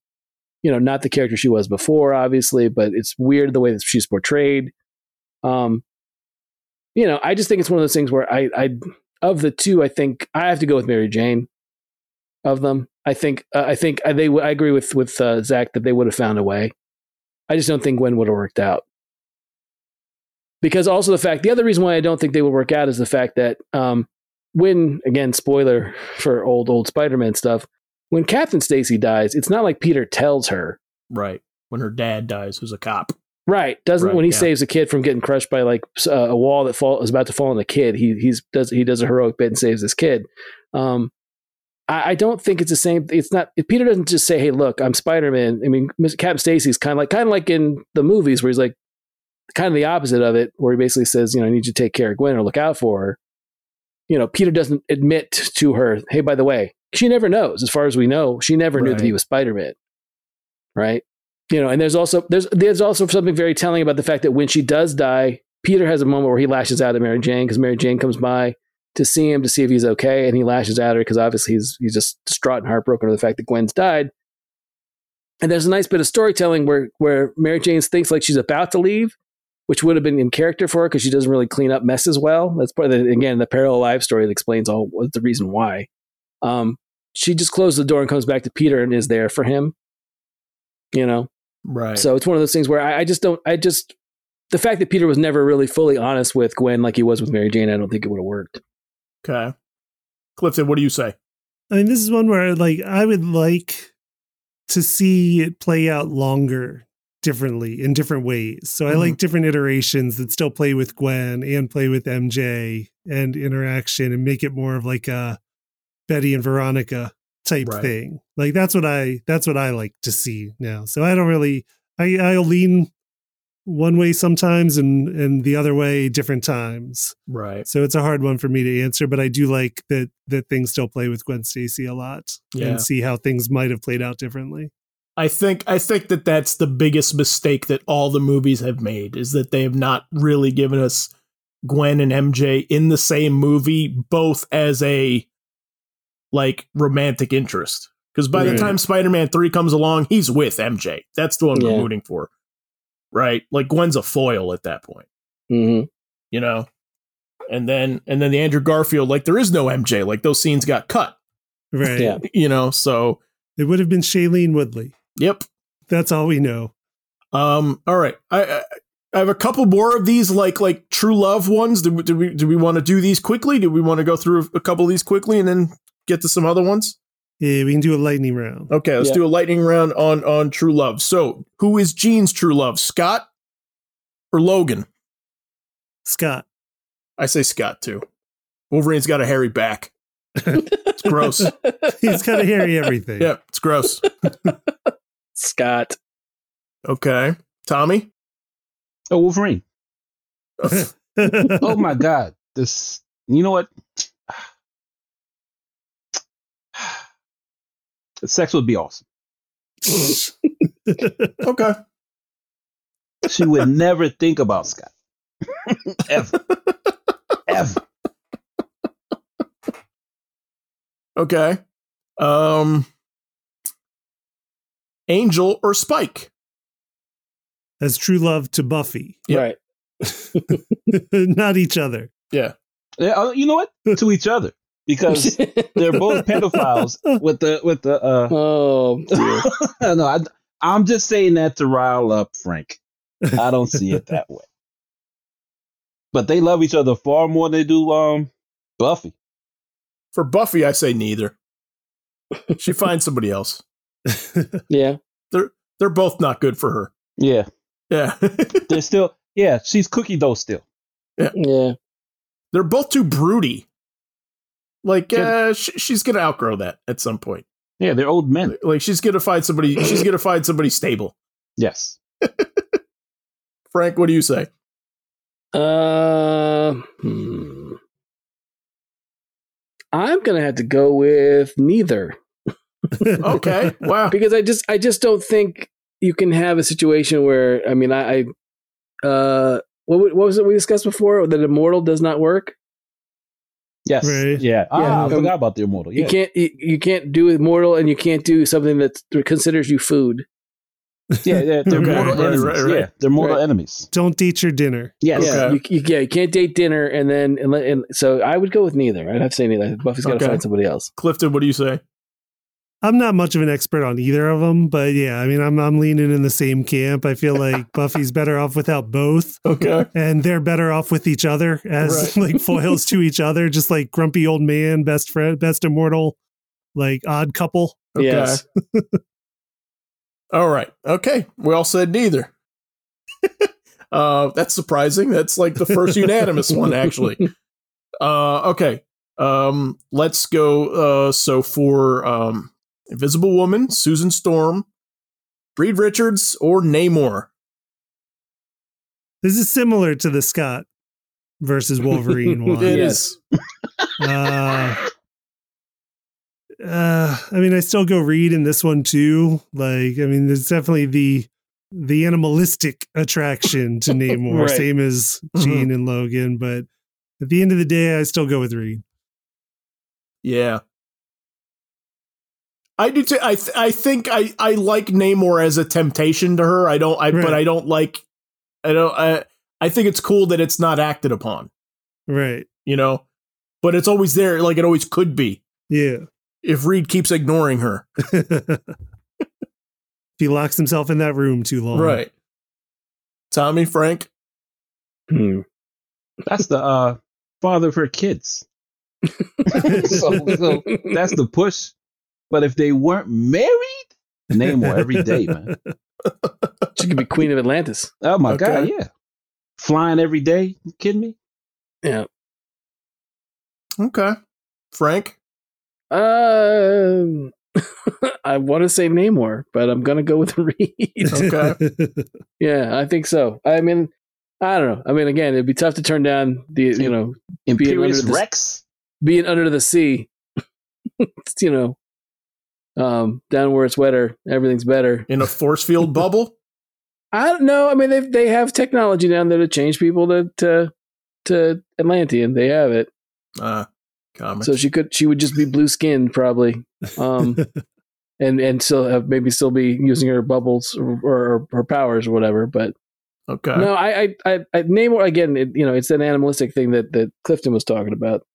you know, not the character she was before, obviously, but it's weird the way that she's portrayed. Um, you know, I just think it's one of those things where I, I, of the two, I think I have to go with Mary Jane of them. I think, uh, I think I, they, w- I agree with, with uh, Zach that they would have found a way. I just don't think Gwen would have worked out. Because also the fact, the other reason why I don't think they would work out is the fact that, um, when again spoiler for old old spider-man stuff when captain stacy dies it's not like peter tells her Right. When her dad dies, who's a cop. right doesn't Right, when he yeah. saves a kid from getting crushed by like s- uh, a wall that fall is about to fall on a kid he he's does he does a heroic bit and saves this kid um I, I don't think it's the same it's not peter doesn't just say hey look i'm spider-man i mean Mr. captain stacy's kind of like kind of like in the movies where he's like kind of the opposite of it where he basically says you know i need you to take care of gwen or look out for her you know, Peter doesn't admit to her, hey, by the way, she never knows. As far as we know, she never knew that he Right. was Spider Man. Right. You know, and there's also there's there's also something very telling about the fact that when she does die, Peter has a moment where he lashes out at Mary Jane because Mary Jane comes by to see him to see if he's okay, and he lashes out at her because obviously he's he's just distraught and heartbroken over the fact that Gwen's died. And there's a nice bit of storytelling where where Mary Jane thinks like she's about to leave, which would have been in character for her because she doesn't really clean up mess as well. That's part of the, again the parallel life story that explains all what the reason why. Um, she just closes the door and comes back to Peter and is there for him. You know, Right. so it's one of those things where I, I just don't. I just the fact that Peter was never really fully honest with Gwen like he was with Mary Jane. I don't think it would have worked. okay. Clifton, what do you say? I mean, this is one where like I would like to see it play out longer, differently in different ways. So I like different iterations that still play with Gwen and play with MJ and interaction and make it more of like a Betty and Veronica type Right. thing. Like that's what I that's what I like to see now. So I don't really I I'll lean one way sometimes and and the other way different times. Right. So it's a hard one for me to answer, but I do like that that things still play with Gwen Stacy a lot Yeah. and see how things might have played out differently. I think I think that that's the biggest mistake that all the movies have made is that they have not really given us Gwen and MJ in the same movie both as a like romantic interest. Cuz by the Right. time Spider-Man 3 comes along, he's with MJ. That's the one Yeah. we're rooting for. Right? Like Gwen's a foil at that point, Mhm. you know. And then and then the Andrew Garfield like there is no MJ. Like those scenes got cut, Right. Yeah. you know. So, It would have been Shailene Woodley. yep. That's all we know. Um. All right. I, I I have a couple more of these like like true love ones. Do we do we, do we want to do these quickly? Do we want to go through a couple of these quickly and then get to some other ones? Yeah, we can do a lightning round. Okay. Let's Yeah. do a lightning round on on true love. So who is Jean's true love? Scott or Logan? Scott. I say Scott too. Wolverine's got a hairy back. it's [LAUGHS] gross. He's kind of [LAUGHS] hairy everything. Yeah, it's gross. Scott. Okay. Tommy. Oh, Wolverine. oh [LAUGHS] oh my god this you know what [SIGHS] sex would be awesome Okay. she would never think about [LAUGHS] scott ever ever Okay. Um. Angel or Spike? [LAUGHS] As true love to Buffy. [LAUGHS] Yeah. Right. Not each other. [LAUGHS] Yeah, oh, you know what to each [LAUGHS] other [LAUGHS] because they're both pedophiles with the with the uh [LAUGHS] oh, dear. no I, i'm just saying that to rile up frank i don't see it that way but they love each other far more than they do um buffy For Buffy, I say neither. She finds somebody else. yeah. They're both not good for her. yeah Yeah. [LAUGHS] They're still, yeah, she's cookie dough still. Yeah. They're both too broody. Like uh, sh- she's gonna outgrow that at some point. Yeah, they're old men. Like she's gonna find somebody. She's gonna find somebody stable. Yes. Frank, what do you say? Uh, hmm. I'm gonna have to go with neither [LAUGHS] Okay. Wow. because I just I just don't think you can have a situation where I mean I, I uh what wa- what was it we discussed before that immortal does not work Yes. Right. Yeah. Ah, I Um, forgot about the immortal. Yeah. you can't you, you can't do immortal and you can't do something that considers you food Yeah, yeah, they're Right, mortal right, enemies. right, right. Yeah, they're mortal Right. enemies. Don't date your dinner. Yes. yeah you, you, yeah you can't date dinner and then and, let- and so I would go with neither I'd have to say neither Buffy's got to Okay. find somebody else Clifton, what do you say? I'm not much of an expert on either of them, but yeah, I mean, I'm I'm leaning in the same camp. I feel [LAUGHS] like Buffy's better off without both, Okay. and they're better off with each other as [LAUGHS] like foils to each other, just like grumpy old man, best friend, best immortal, like odd couple. Okay. yes [LAUGHS] All right. Okay. We all said neither. [LAUGHS] uh, that's surprising. That's like the first unanimous one, [LAUGHS] actually. Uh, okay. Um, let's go. Uh, so for um, Invisible Woman, Susan Storm, Reed Richards, or Namor. This is similar to the Scott versus Wolverine It one. is. Yes. uh, uh, I mean, I still go read in this one too. Like, I mean, there's definitely the the animalistic attraction to Namor, Right. same as Gene and Logan. But at the end of the day, I still go with Reed. Yeah. I do too. I th- I think I I like Namor as a temptation to her. I don't. I but Right. I don't like. I don't. I I think it's cool that it's not acted upon. Right? you know but it's always there like it always could be Yeah. if reed keeps ignoring her if [LAUGHS] he locks himself in that room too long, right tommy frank Hmm. That's the uh, father of her kids. [LAUGHS] so, [LAUGHS] so that's the push. But if they weren't married, Namor every day, [LAUGHS] man. she could be Queen of Atlantis Oh my God. Okay. Yeah. Flying every day. You kidding me? yeah okay frank Um, [LAUGHS] I want to say Namor, but I'm gonna go with [LAUGHS] [LAUGHS] Reed. Okay. yeah, I think so. I mean, I don't know. I mean, again, it'd be tough to turn down the you know Imperious under the- Rex. being under the sea. [LAUGHS] It's, you know, um, down where it's wetter, everything's better. in a force field bubble. I don't know. I mean, they they have technology down there to change people to to to Atlantean. They have it, Uh, comics. so she could she would just be blue skinned probably. Um, and and still have maybe still be using her bubbles or, or her powers or whatever. But [LAUGHS] okay. no, I I I, I Namor again. It, you know, it's an animalistic thing that that Clifton was talking about.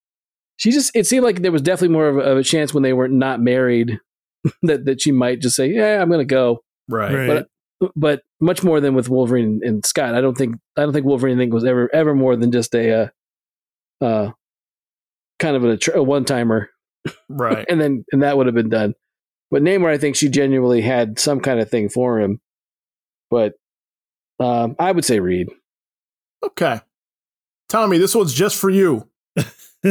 She just it seemed like there was definitely more of a, of a chance when they were not married [LAUGHS] that that she might just say, yeah, I'm gonna go. Right. right. But but much more than with Wolverine and, and Scott. I don't think I don't think Wolverine thing was ever ever more than just a uh, uh kind of an, attr- a one timer Right. and then and that would have been done. But Namor, I think she genuinely had some kind of thing for him. But um, I would say Reed. Okay. Tommy, this one's just for you. [LAUGHS]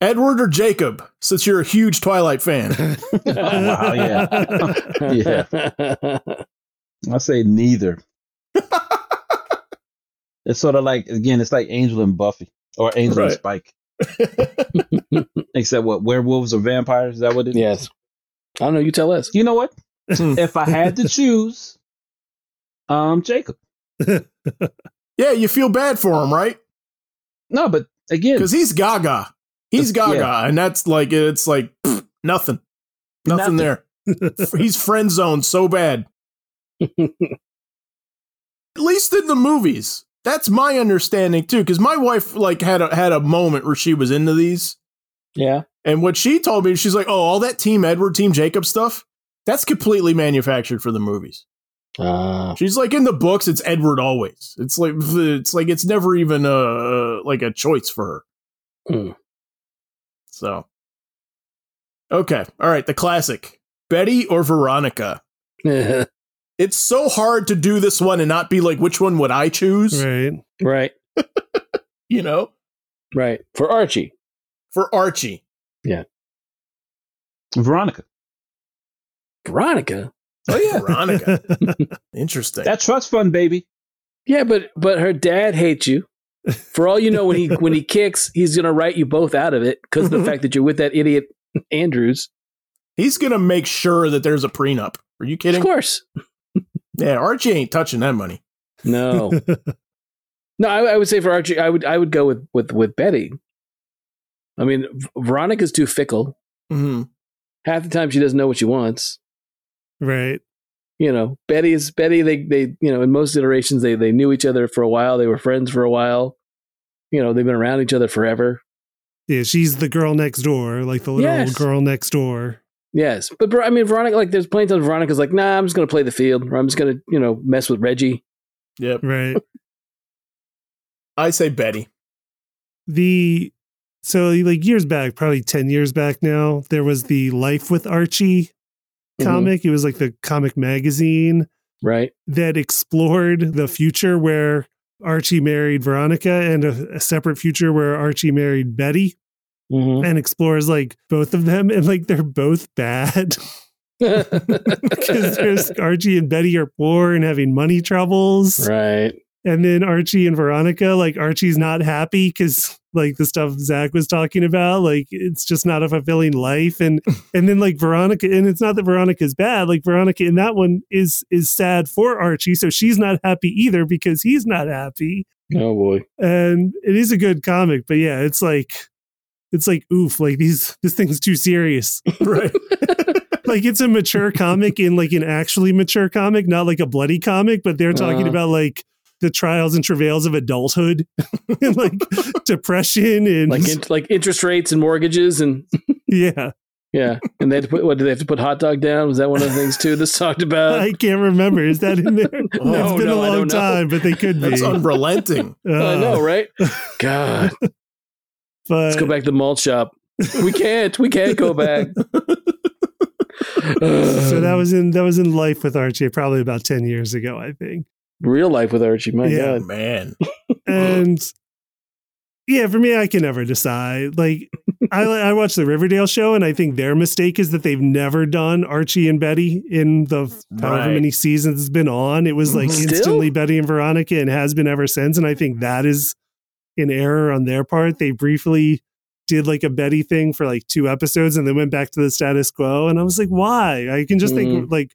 Edward or Jacob, since you're a huge Twilight fan. [LAUGHS] Oh, wow, yeah. [LAUGHS] Yeah. I [LAUGHS] say neither. It's sort of like again, it's like Angel and Buffy or Angel Right. and Spike. [LAUGHS] Except what werewolves or vampires? Is that what it is? yes. I don't know. You tell us. You know what? Hmm. if I had to choose, um, Jacob. yeah, you feel bad for him, right? No, but again, Because he's Gaga. He's Yeah. Gaga, and that's like it's like pfft, nothing, nothing, Nothing. there. he's friend zoned so [LAUGHS] bad. At least in the movies, that's my understanding too. Because my wife like had a, had a moment where she was into these, Yeah. and what she told me, she's like, "Oh, all that Team Edward, Team Jacob stuff, that's completely manufactured for the movies." [LAUGHS] Uh, She's like in the books. It's Edward always. It's like [LAUGHS] it's like it's never even a like a choice for her. Hmm. So, okay, all right. The classic Betty or Veronica. It's so hard to do this one and not be like, which one would I choose? [LAUGHS] right. right. You know, Right. For Archie. for Archie. Veronica. Veronica. Oh yeah, [LAUGHS] Veronica. Interesting. That trust fund, baby. Yeah, but but her dad hates you. For all you know, [LAUGHS] when he when he kicks, he's gonna write you both out of it because of the fact that you're with that idiot Andrews. He's gonna make sure that there's a prenup. Are you Of kidding? course. Yeah, Archie ain't touching that money. Oh. No. [LAUGHS] No, I, I would say for Archie, I would I would go with with with Betty. I mean, V- Veronica's too fickle. hmm Half the time, she doesn't know what she wants. [LAUGHS] right. You know, Betty is Betty. They they you know, in most iterations, they they knew each other for a while. They were friends for a while. You know, they've been around each other forever. Yeah, she's the girl next door, like the little Yes. girl next door. Yes, but Ver- I mean, Veronica. Like, there's plenty of times Veronica's like, "Nah, I'm just gonna play the field, or I'm just gonna you know mess with Reggie." Yep. Right. I say Betty. the so like years back, probably 10 years back now, there was the Life with Archie Mm-hmm. Mhm. comic. It was like the comic magazine Right. that explored the future where Archie married Veronica and a, a separate future where Archie married Betty Mm-hmm. and explores like both of them and like they're both bad [LAUGHS] [LAUGHS] because there's Archie and Betty are poor and having money [LAUGHS] troubles. right. and then Archie and Veronica, like Archie's not happy because like the stuff Zach was talking about, like it's just not a fulfilling life, and and then like Veronica, and it's not that Veronica's bad, like Veronica in that one is is sad for Archie, so she's not happy either because he's not happy, Oh boy. and it is a good comic, but yeah, it's like it's like oof, like these [LAUGHS] this thing's [LAUGHS] too serious, Right. [LAUGHS] like it's a mature comic in like an actually mature comic, not like a bloody comic, but they're talking Uh. about like the trials and travails of adulthood [LAUGHS] [LAUGHS] and like depression and Like in, like interest rates and mortgages and [LAUGHS] yeah, Yeah, and they had to put what did they have to put hot dog down? Was that one of the things too that's talked [LAUGHS] about? I can't remember. Is [LAUGHS] that in there? Oh, it's been uh, no, a I long don't know. time, but they could be. That's unrelenting. I Uh, know, [LAUGHS] right? God, But let's go back to the malt shop. We can't, we can't go back. [LAUGHS] so [SIGHS] that was in that was in life with Archie, probably about ten years ago, I think. real life with Archie. My Yeah. Oh, God, man. [LAUGHS] and yeah, for me, I can never decide. Like, I, I watched the Riverdale show, and I think their mistake is that they've never done Archie and Betty in the f- however Right. many seasons it's been on. It was like Mm-hmm. Still? instantly Betty and Veronica, and has been ever since. And I think that is an error on their part. They briefly did like a Betty thing for like two episodes, and then went back to the status quo. And I was like, why? I can just Mm. think like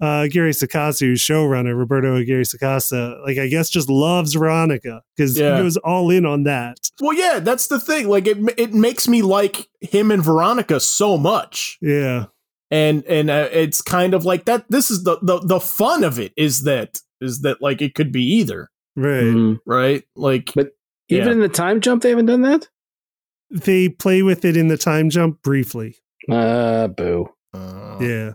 uh, Gary Sakasu, showrunner Roberto Gary Sacasa, like I guess just loves Veronica because Yeah. he goes all in on that. Well, yeah, that's the thing. Like it, it makes me like him and Veronica so much, Yeah, and and uh, it's kind of like that. This is the, the the fun of it is that is that like it could be either right. Mm-hmm. Mm. right. Like But- Even Yeah. in the time jump, they haven't done that. They play with it in the time jump briefly. Uh, boo. uh, Yeah.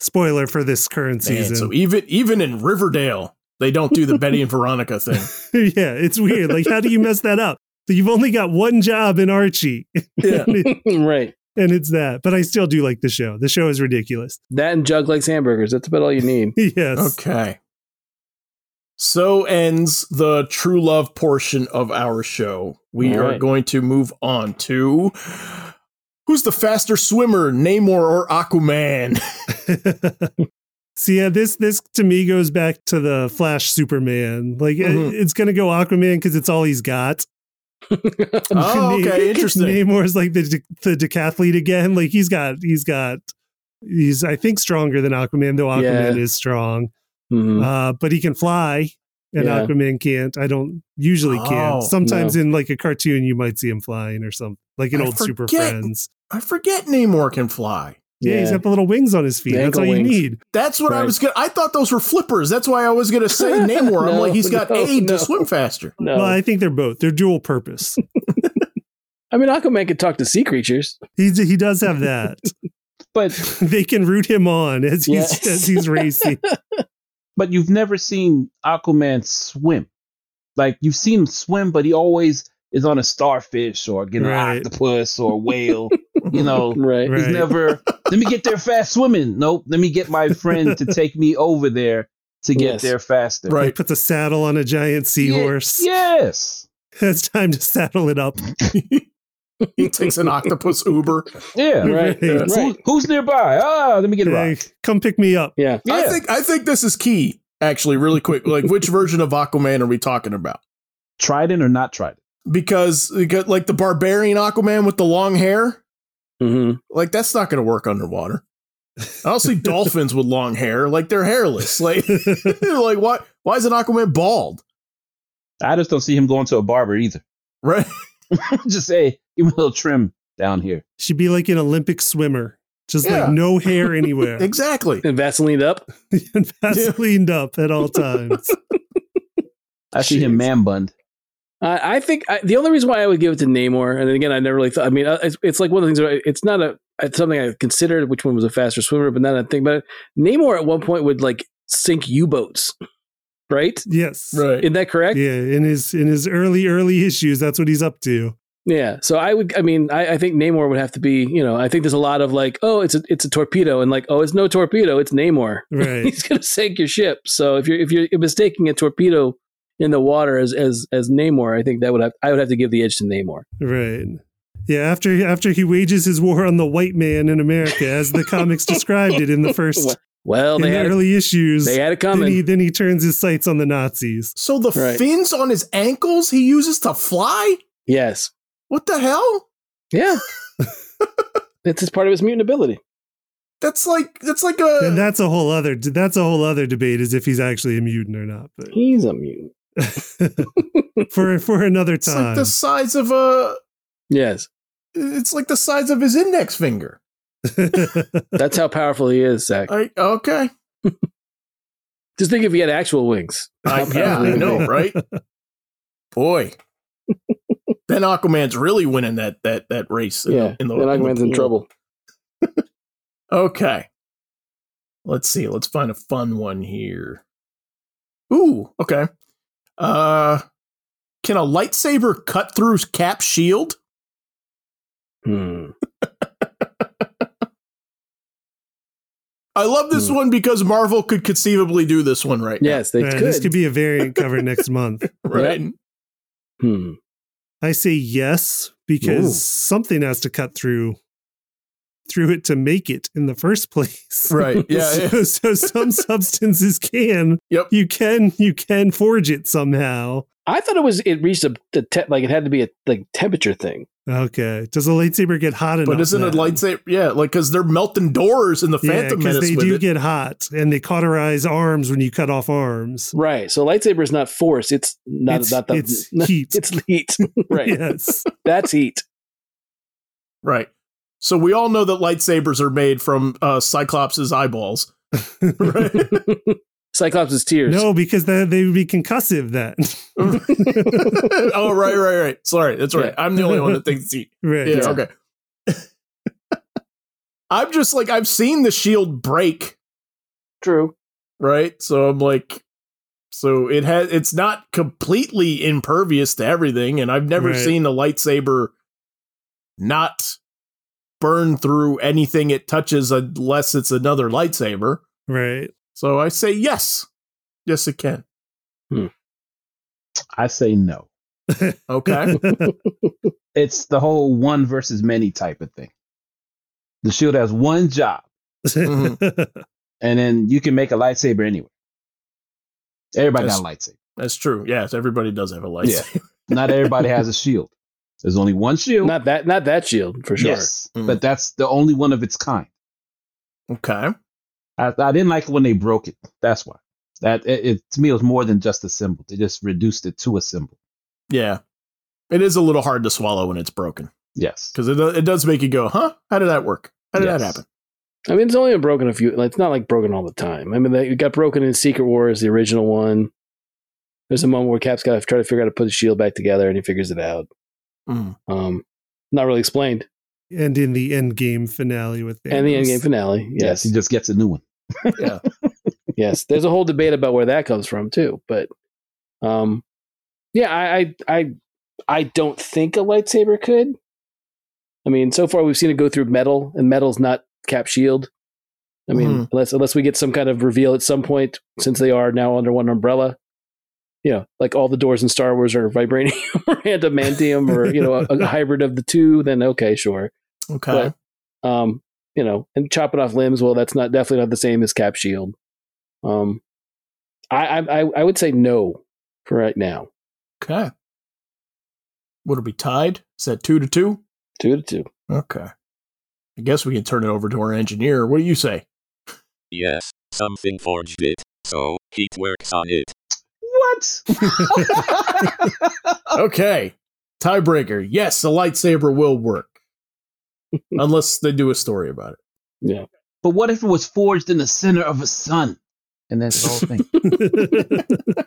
Spoiler for this current man, season. so even even in Riverdale, they don't do the [LAUGHS] Betty and Veronica thing. yeah, it's weird. Like, how do you mess that up? You've only got one job in Archie, [LAUGHS] Yeah, [LAUGHS] right. and it's that. But I still do like the show. The show is ridiculous. [LAUGHS] That and Jug likes hamburgers. That's about all you need. yes. Okay. So ends the true love portion of our show. We All are right. going to move on to who's the faster swimmer, Namor or Aquaman? [LAUGHS] So yeah, this this to me goes back to the Flash Superman. Like it- Mhm. it's gonna go Aquaman because it's all he's got. [LAUGHS] oh, [LAUGHS] okay, interesting. Namor's like the de- the decathlete again. Like he's got he's got he's I think stronger than Aquaman, though Aquaman Yeah. is strong. Mhm. Uh, but he can fly, and Yeah. Aquaman can't. I don't usually Oh, can't. Sometimes in like a cartoon, you might see him flying or something, like in I old Super forget. Friends. I forget Namor can fly. Yeah, he's got the little wings on his feet. The That's all ankle you wings. need. That's what I Right. was gonna. I thought those were flippers. That's why I was gonna say Namor. I'm No, like, he's got no, aid no. to swim [LAUGHS] faster. no. Well, I think they're both. They're dual purpose. I mean, Aquaman could talk to sea creatures. he he does have that. But they can root him on as he's Yes. as he's racing. but you've never seen Aquaman swim. Like you've seen him swim, but he always is on a starfish or get Right. an octopus or a whale. you know, Right. Right. He's never. let me get there fast swimming. Nope. Let me get my friend to take me over there to get Yes. there faster. Right. He puts a saddle on a giant seahorse. [LAUGHS] Yes. It's time to saddle it up. He takes an octopus Uber. Yeah. Right. [LAUGHS] Right. Right. Who- who's nearby? Ah, let me get a Hey, ride. come pick me up. [LAUGHS] Yeah. Yeah. I think. I think this is key. Actually, really quick. Like, which version of Aquaman are we talking about? Trident or not Trident? because you got, like the barbarian Aquaman with the long hair, hmm like that's not going to work underwater. I don't see dolphins with long hair, like they're hairless. Like, [LAUGHS] like why? Why is an Aquaman bald? I just don't see him going to a barber either. [LAUGHS] Right? just say, give me a little trim down here. Should be like an Olympic swimmer. Just Yeah. like no hair anywhere. Exactly. And Vaseline up. [LAUGHS] and Vaseline'd up [LAUGHS] at all times. I see him Jeez. man bunned. I, I think I, the only reason why I would give it to Namor, and again, I never really thought. I mean, uh, it's, it's like one of the things. Where I- it's not a it's something I considered which one was a faster swimmer, but now that I think about it, Namor at one point would like sink U boats, right? Yes. Right. Isn't that correct? Yeah, in his in his early early issues, that's what he's up to. Yeah. So I would. I mean, I, I think Namor would have to be. You know, I think there's a lot of like, oh, it's a it's a torpedo, and like, oh, it's no torpedo, it's Namor. [LAUGHS] Right. He's gonna sink your ship. So if you're if you're mistaking a torpedo in the water as as as Namor, I think that would have I would have to give the edge to Namor. right. Yeah, after after he wages his war on the white man in America, as the comics described it in the first [LAUGHS] Well, in they the had it, early issues. they had it then coming. he then he turns his sights on the Nazis. So the Right. fins on his ankles he uses to fly. yes. What the hell? [LAUGHS] Yeah. That's just part of his mutant ability. That's like that's like And a that's a whole other that's a whole other debate is if he's actually a mutant or not. [LAUGHS] He's a mutant. But for for another it's like time. [LAUGHS] the size of a Yes. it's like the size of his index finger. That's how powerful he is, Zach. I, okay. Just think if he had actual wings. I, yeah, I know, right? [LAUGHS] Boy, then Aquaman's really winning that that that race. in- Yeah. in the, then Aquaman's in pool. trouble. Okay, let's see. Let's find a fun one here. Ooh, okay. Uh, can a lightsaber cut through Cap shield? Hmm. I love this Hmm. one because Marvel could conceivably do this one right. now, Yes, they Man, could. This could be a variant cover next month. right. Hmm. I say yes because Ooh. something has to cut through through it to make it in the first [LAUGHS] place. [LAUGHS] Right. Yeah. yeah. so, [LAUGHS] [LAUGHS] so some substances can Yep. you can you can forge it somehow. I thought it was it reached a the te- like it had to be a like temperature thing. Okay. Does a lightsaber get hot enough? But isn't it then? lightsaber? Yeah, like because they're melting doors in the Yeah, Phantom because Menace they with do it. get hot and they cauterize arms when you cut off arms. Right. So lightsaber is not force. It's not it's, not the [LAUGHS] it's no, heat. it's heat. right. [LAUGHS] Yes. That's heat. right. So we all know that lightsabers are made from uh, Cyclops' [LAUGHS] eyeballs. Right? [LAUGHS] Cyclops' tears. No, because that they would be [LAUGHS] concussive then. oh, right, right, right. Sorry, that's right. I'm the only one that [LAUGHS] thinks it's heat. [LAUGHS] right. Yeah, okay. [LAUGHS] I'm just like I've seen the shield break, [LAUGHS] True. right? So I'm like, so it has it's not completely impervious to everything, and I've never Right. seen a lightsaber not burn through anything it touches unless it's another lightsaber. Right. So I say yes, yes it can. I say no. [LAUGHS] Okay, It's the whole one versus many type of thing. The shield has one job, Mm-hmm. and then you can make a lightsaber anywhere. Everybody got a lightsaber. that's true. Yes, everybody does have a lightsaber. Not everybody has a shield. There's only one shield. Not that not that shield for sure. Mm-hmm. Yes, Mm. but that's the only one of its kind. Okay, I, I didn't like it when they broke it. That's why. That it, it to me it was more than just a symbol. They just reduced it to a symbol. yeah, it is a little hard to swallow when it's broken. Yes. because it, it does make you go, huh? How did that work? How did that Yes. happen? I mean, it's only been broken a few. Like, it's not like broken all the time. I mean, they, it got broken in Secret Wars, the original one. There's a moment where Cap's got to try to figure out how to put the shield back together, and he figures it out. Mm. Um, not really explained. and in the end game finale with And the Thanos. end game finale. Yes. Yes, He just gets a new one. yes. There's a whole debate about where that comes from too. But, um, yeah, I, I, I, I don't think a lightsaber could. I mean, so far we've seen it go through metal, and metal's not Cap shield. I mean, Mhm. unless unless we get some kind of reveal at some point, since they are now under one umbrella. You know, like all the doors in Star Wars are vibranium [LAUGHS] or adamantium or you know a, a hybrid of the two. Then okay, sure. Okay. But- um, you know, and chopping off limbs. Well, that's not definitely not the same as cap shield. Um, I I I- I would say no for right now. okay. Would it be tied? Is that two to two? Two to two. Okay. I guess we can turn it over to our engineer. What do you say? Yes, something forged it, so heat works on it. [LAUGHS] What? [LAUGHS] okay. Tiebreaker. Yes, the lightsaber will work. Unless they do a story about it. Yeah. but what if it was forged in the center of a sun? And that's the whole thing.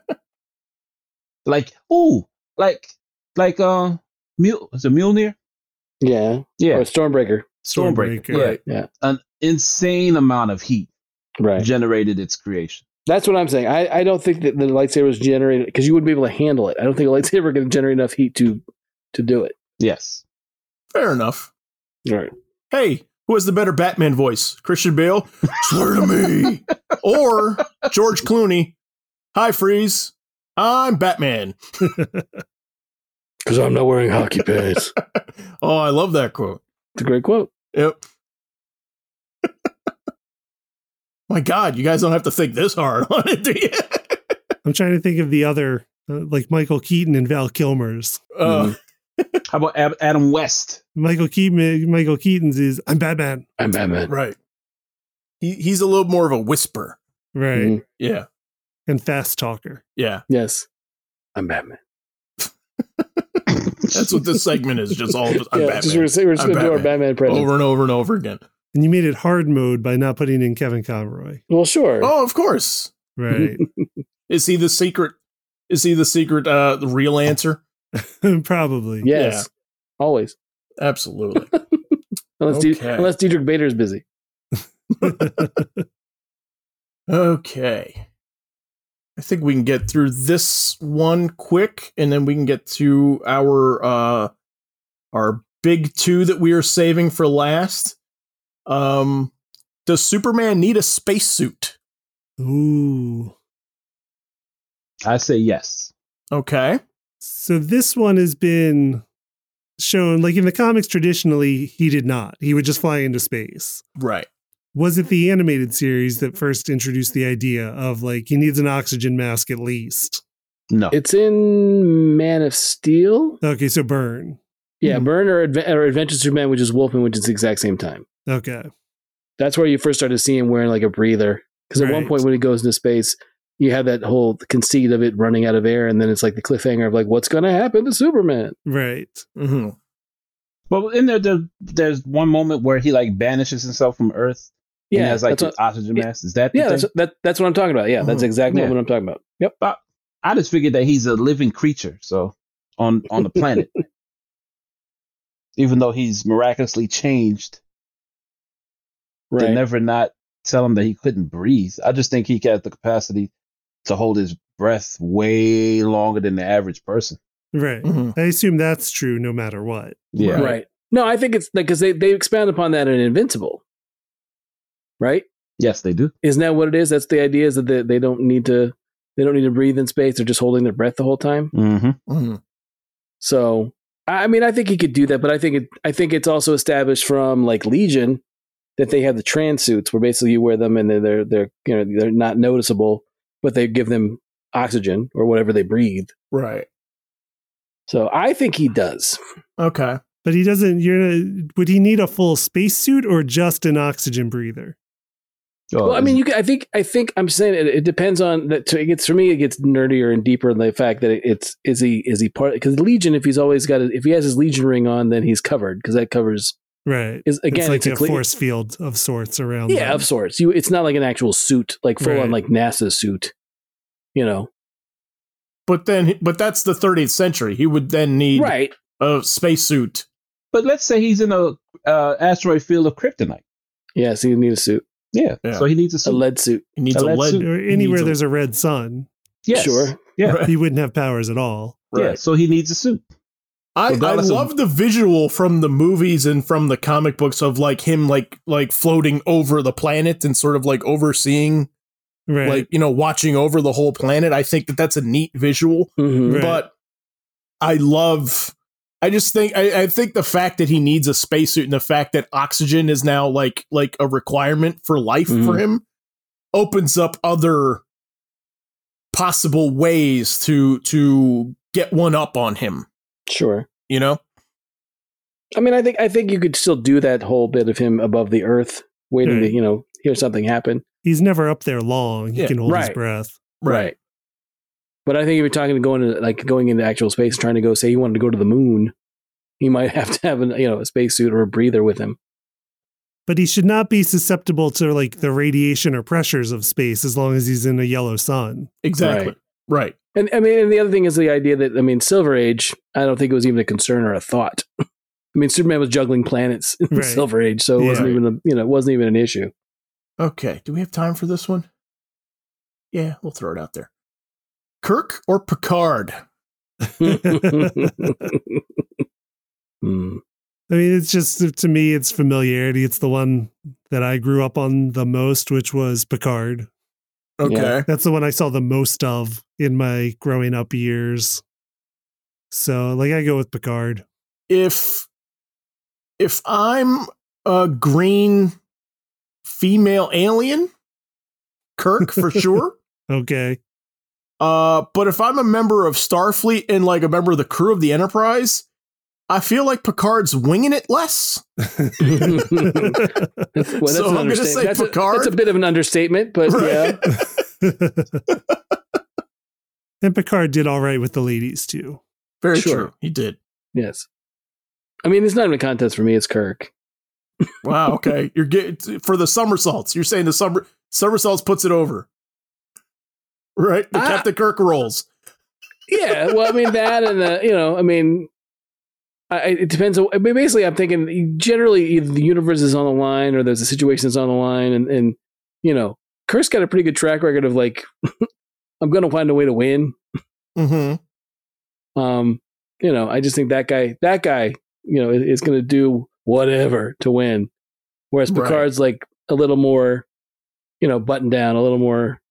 [LAUGHS] like, ooh, like, like, uh, Mule, is it Mjolnir? Yeah. Yeah. Or Stormbreaker. Stormbreaker. Right. An insane amount of heat Right. generated its creation. That's what I'm saying. I, I don't think that the lightsaber was generated because you wouldn't be able to handle it. I don't think a lightsaber can generate enough heat to to do it. Yes. Fair enough. All right. Hey, who has the better Batman voice? Christian Bale? Swear to me. or George Clooney? Hi, Freeze. I'm Batman. [LAUGHS] Because I'm not wearing [LAUGHS] hockey pads. Oh, I love that quote. it's a great quote. Yep. My God, you guys don't have to think this hard on it, [LAUGHS] do you? I'm trying to think of the other, uh, like Michael Keaton and Val Kilmer's. Mm-hmm. Uh, How about Ab- Adam West? [COUGHS] Michael Keaton, Michael Keaton's is I'm Batman, I'm Batman. Right. He he's a little more of a whisper. right? Mhm. Yeah. And fast talker. Yeah. Yes. I'm Batman. That's what this segment is. Just all just, I'm yeah, Batman. just we're, we're just I'm going to do our Batman. Batman presence. over and over and over again. And you made it hard mode by not putting in Kevin Conroy, Well, sure. Oh, of course. [LAUGHS] right? [LAUGHS] Is he the secret? Is he the secret? Uh, the real answer? Probably. Yes. Always. Absolutely. Unless, okay. Okay. unless Diedrich Bader's busy. Okay. I think we can get through this one quick and then we can get to our uh our big two that we are saving for last. Um does Superman need a spacesuit? Ooh. I say yes. Okay. So this one has been shown like in the comics traditionally he did not. He would just fly into space. Right. Was it the animated series that first introduced the idea of like he needs an oxygen mask at least? No. It's in Man of Steel. Okay, so burn. Yeah, Burn or, Adve- or Adventure Superman, which is Wolfman, which is the exact same time. Okay. That's where you first started seeing him wearing like a breather. Because at one Right. point when he goes into space, you have that whole conceit of it running out of air, and then it's like the cliffhanger of like, what's going to happen to Superman? Right. hmm But in there, there, there's one moment where he like banishes himself from Earth. and Yeah, has like that's an what, oxygen yeah. mask. Is that the yeah, thing? that's, that, that's what I'm talking about. Yeah, that's Mhm. exactly Yeah. what I'm talking about. Yep. I just figured that he's a living creature, so on on [LAUGHS] the planet. Even though he's miraculously changed, Right. they never not tell him that he couldn't breathe. I just think he got the capacity to hold his breath way longer than the average person. Right. hmm I assume that's true no matter what. Yeah. right. No, I think it's like because they they expound upon that in Invincible. Right? Yes, they do. Isn't that what it is? That's the idea is that they, they don't need to they don't need to breathe in space. They're just holding their breath the whole time. Mm-hmm. hmm So I I mean, I think he could do that, but I think it, I think it's also established from like Legion that they have the trans suits where basically you wear them and then they're they're you know they're not noticeable, but they give them oxygen or whatever they breathe. Right. So I think he does. Okay. But he doesn't you're would he need a full spacesuit or just an oxygen breather? Oh, well, I mean, you. Can, I think. I think I'm saying it, it depends on that. to- It gets for me. It gets nerdier and deeper in the fact that it, it's is he is he part because Legion. If he's always got his, if he has his Legion ring on, then he's covered because that covers Right. is again it's like a, cle- force field of sorts around. yeah them. of sorts. You it's not like an actual suit like full Right. on like NASA suit, you know. But then, but that's the 30th century. He would then need Right. a spacesuit. but let's say he's in a uh, asteroid field of kryptonite. Yeah, so you need a suit, Yeah. Yeah. So he needs a a suit. lead suit. He needs A a lead lead. suit. Or he anywhere needs a- there's a red sun, Yes. Sure. Yeah. Right. he wouldn't have powers at all. Yeah. So he needs a suit. I, I Regardless of- love the visual from the movies and from the comic books of like him like like floating over the planet and sort of like overseeing Right. like you know watching over the whole planet. I think that that's a neat visual. Mhm. Right. but I love. I just think I, I think the fact that he needs a spacesuit and the fact that oxygen is now like like a requirement for life for Mhm. him opens up other possible ways to to get one up on him. Sure. You know, I mean, I think I think you could still do that whole bit of him above the Earth, waiting to Right. you know hear something happen. He's never up there long. He Yeah, can hold right. his breath. Right. But I think if you're talking to going into like going into actual space, trying to go say you wanted to go to the moon, you might [LAUGHS] have to have an, you know a spacesuit or a breather with him. But he should not be susceptible to like the radiation or pressures of space as long as he's in a yellow sun. exactly, right, And I mean, and the other thing is the idea that I mean, Silver Age. I don't think it was even a concern or a thought. [LAUGHS] I mean, Superman was juggling planets [LAUGHS] in Right. Silver Age, so it wasn't Yeah. even a, you know it wasn't even an issue. Okay, do we have time for this one? Yeah, we'll throw it out there. Kirk or Picard? Hmm. I mean, it's just to me, it's familiarity. It's the one that I grew up on the most, which was Picard. Okay, Yeah. That's the one I saw the most of in my growing up years. So, like, I go with Picard. if if I'm a green female alien, Kirk for [LAUGHS] sure. Okay. Uh, but if I'm a member of Starfleet and like a member of the crew of the Enterprise, I feel like Picard's winging it less. That's- [LAUGHS] well, that's So an I'm gonna understatement. say that's a- Picard. that's a bit of an [LAUGHS] understatement, but [LAUGHS] yeah, and Picard did all right with the ladies, too. Very Sure. true. He did. yes. I mean, it's not even a contest for me. It's Kirk. Wow. Okay. You're getting for the somersaults. You're saying the summer somersaults puts it over, right? The Ah. Captain Kirk rolls. Yeah, well, I mean that, and the you know, I mean, I, I- it depends. On, I mean, basically, I'm thinking generally either the universe is on the line or there's a situation that's on the line, and and you know, Kirk's got a pretty good track record of like, [LAUGHS] I'm gonna find a way to win. Mm-hmm. Um, you know, I just think that guy, that guy, you know, is, is gonna do whatever to win, whereas Right. Picard's like a little more, you know, buttoned down, a little more,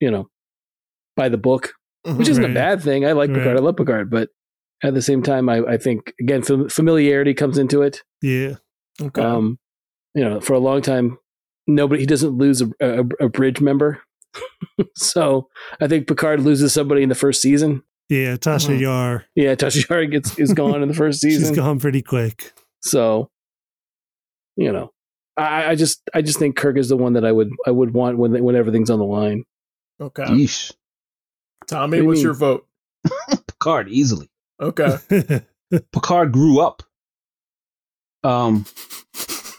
you know, by the book which isn't a Right. bad thing. I like Right. Picard. I love Picard, but At the same time, I, I think again fam- familiarity comes into it. Yeah. Okay. Um, you know, for a long time, nobody he doesn't lose a, a, a bridge member. [LAUGHS] so I think Picard loses somebody in the first season. Yeah. Tasha Mhm. Yar. Yeah, Tasha gets is gone in the first season. [LAUGHS] She's gone pretty quick. So, you know, I, I just I just think Kirk is the one that I would I would want when when everything's on the line. okay. Yeesh. Tommy, What do you what's mean? your vote? Picard easily. [LAUGHS] Okay. Picard grew up. Um,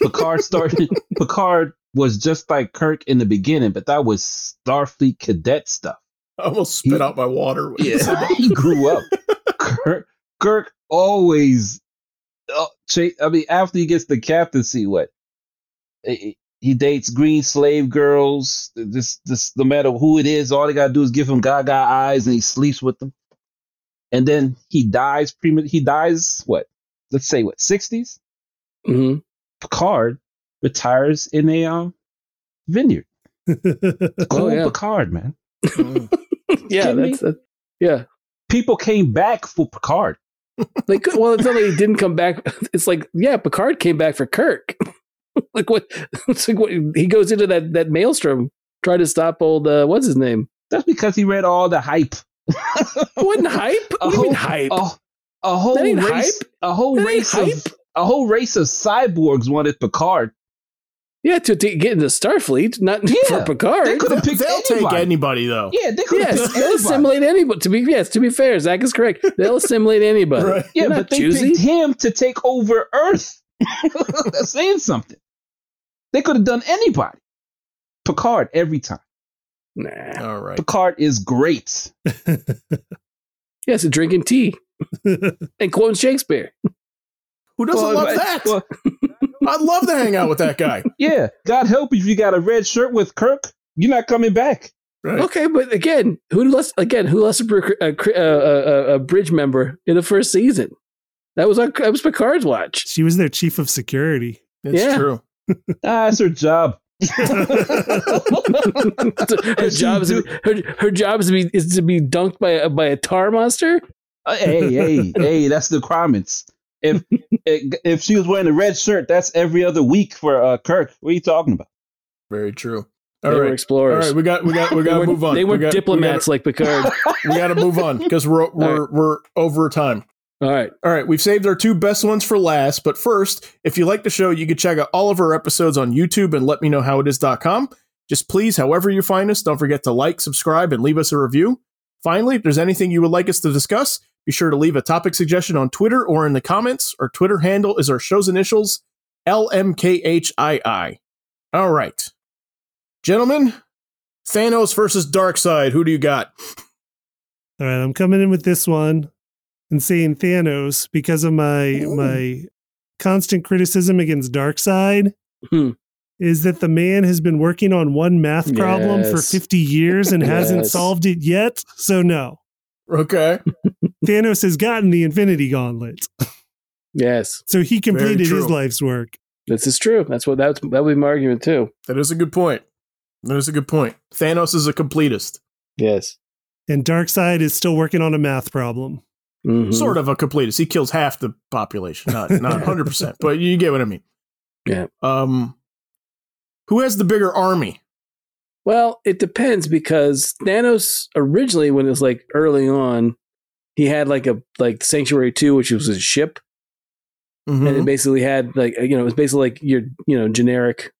Picard [LAUGHS] started. Picard was just like Kirk in the beginning, but that was Starfleet cadet stuff. I almost spit He- out my water. When you said [LAUGHS] that. he grew up. Kirk, Kirk always. Uh, cha- I mean, after he gets the captaincy, what he he dates green slave girls. This, this, no matter who it is, all they gotta do is give him Gaga eyes, and he sleeps with them. And then he dies. Prema- he dies. What? Let's say what? Sixties. hmm Picard retires in a um, vineyard. Cool yeah. Picard, man. Yeah, Kidding me? that's that, yeah. People came back for Picard. They could, well, it's not like he didn't come back. [LAUGHS] It's like yeah, Picard came back for Kirk. [LAUGHS] like what? [LAUGHS] It's like what he goes into that that maelstrom trying to stop old uh, what's his name? Oh, That's because he read all the hype. [LAUGHS] Wasn't hype? What do you mean Oh, hype? a, a whole That ain't race, hype. a whole That ain't race of hype. a whole race of cyborgs wanted Picard. Yeah, to, to get into Starfleet, not [LAUGHS] for Yeah. Picard. They could have picked They'll take anybody. anybody though. Yeah, they could [LAUGHS] have Yes, picked they'll anybody. assimilate anybody. To be yes, to be fair, Zach is correct. [LAUGHS] They'll assimilate anybody. Right. Yeah, They're but not they choosy. picked him to take over Earth. [LAUGHS] That's saying something. They could have done anybody. Picard every time. Nah. All right. Picard is great. Yes, and drinking tea [LAUGHS] and quoting Shakespeare. Who doesn't Well, love I- that? well, I'd love to hang out with that [LAUGHS] guy. yeah, God help if you got a red shirt with Kirk. You're not coming back. Right. Okay, but again, who less? Again, who less a, br- a, cr- a, a, a- a bridge member in the first season? That was on, that was [LAUGHS] Picard's watch. [LAUGHS] she was their chief of security. [LAUGHS] It's Yeah. true. Ah, it's [LAUGHS] her job. [LAUGHS] her she job is to be, her, her job is to be is to be dunked by a, by a tar monster. Uh, hey, hey, hey, that's the requirements. If if she was wearing a red shirt, that's every other week for uh, Kirk. What are you talking about? Very true. They All were right. All explorers. right. We got. We got. We got [LAUGHS] to they were, move on. They We were got- we gotta- diplomats [LAUGHS] like [LAUGHS] Picard. We got to move on because [LAUGHS] we're we're we're over time. All right. All right, we've saved our two best ones for last, but first, if you like the show, you can check out all of our episodes on YouTube and letmeknowhowitis.com. Just please, however you find us, don't forget to like, subscribe, and leave us a review. Finally, if there's anything you would like us to discuss, be sure to leave a topic suggestion on Twitter or in the comments. Our Twitter handle is our show's initials, LMKHII. All right. Gentlemen, Thanos versus Darkseid. Who do you got? All right, I'm coming in with this one and saying Thanos because of my Ooh. my constant criticism against Darkseid Hmm. is that the man has been working on one math problem for Yes. 50 years and hasn't Yes. solved it yet. So no. Okay. Thanos has gotten the Infinity Gauntlet. Yes, So he completed true. his life's work. this is true. That's what that's that would be my argument too. That is a good point. That is a good point. Thanos is a completist. Yes. And Darkseid is still working on a math problem. Mhm. Sort of a completist. He kills half the population. Not [LAUGHS] not 100%, but you get what I mean. Yeah. Um who has the bigger army? Well, it depends because Thanos originally, when it was like early on, he had like a like Sanctuary Two, which was his ship, and it Mhm. basically had like uh, you know it was basically like your you know generic,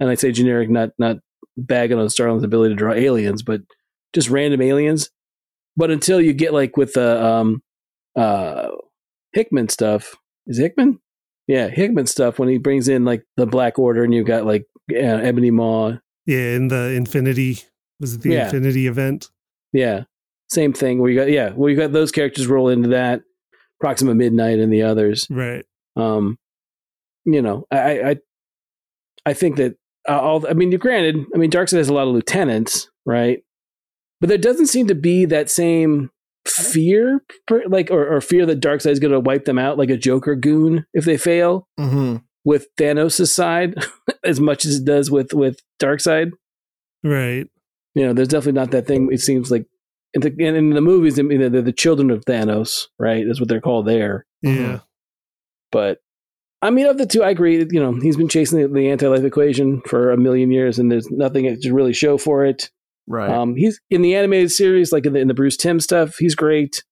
and I say generic, not not bagging on Starling's ability to draw aliens, but just random aliens. But until you get like with the um, uh, Hickman stuff, is it Hickman? Yeah, Hickman stuff when he brings in like the Black Order, and you've got like uh, Ebony Maw Yeah, in the Infinity was it the Yeah. Infinity event? Yeah. Same thing where you got yeah, where you got those characters roll into that, Proxima Midnight and the others. Right. Um you know, I I I- I think that uh, all I mean, granted, I mean Darkseid has a lot of lieutenants, right? But there doesn't seem to be that same fear per, like or, or fear that Darkseid is going to wipe them out like a Joker goon if they fail Mhm. with Thanos' side [LAUGHS] as much as it does with with Darkseid Right. you know, there's definitely not that thing. It seems like in the, in, in the movies, I mean, they're- they're the children of Thanos, right? That's what they're called there. Yeah. But I mean, of the two, I agree. You know, he's been chasing the, the anti life equation for a million years, and there's nothing to really show for it. Right. Um, he's in the animated series, like in the, in the Bruce Tim stuff. He's great.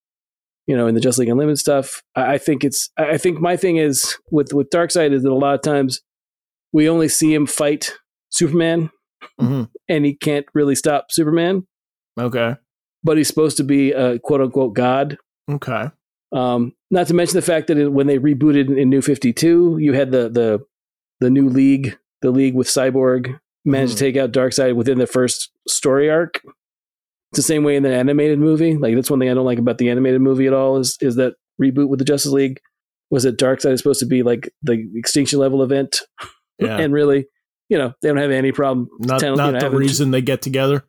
You know, in the Just League Unlimited stuff, I, I think it's. I I think my thing is with with Darkseid is that a lot of times we only see him fight Superman, Mhm. and he can't really stop Superman. Okay. But he's supposed to be a quote unquote god. Okay. Um, not to mention the fact that it, when they rebooted in, in New Fifty Two, you had the the the new league, the league with Cyborg, managed Mm-hmm. to take out Darkseid within the first story arc. It's the same way in the animated movie. Like that's one thing I don't like about the animated movie at all is is that reboot with the Justice League was that Darkseid is supposed to be like the extinction level event, Yeah. and really, you know, they don't have any problem. not tell- you not know, the having- reason they get together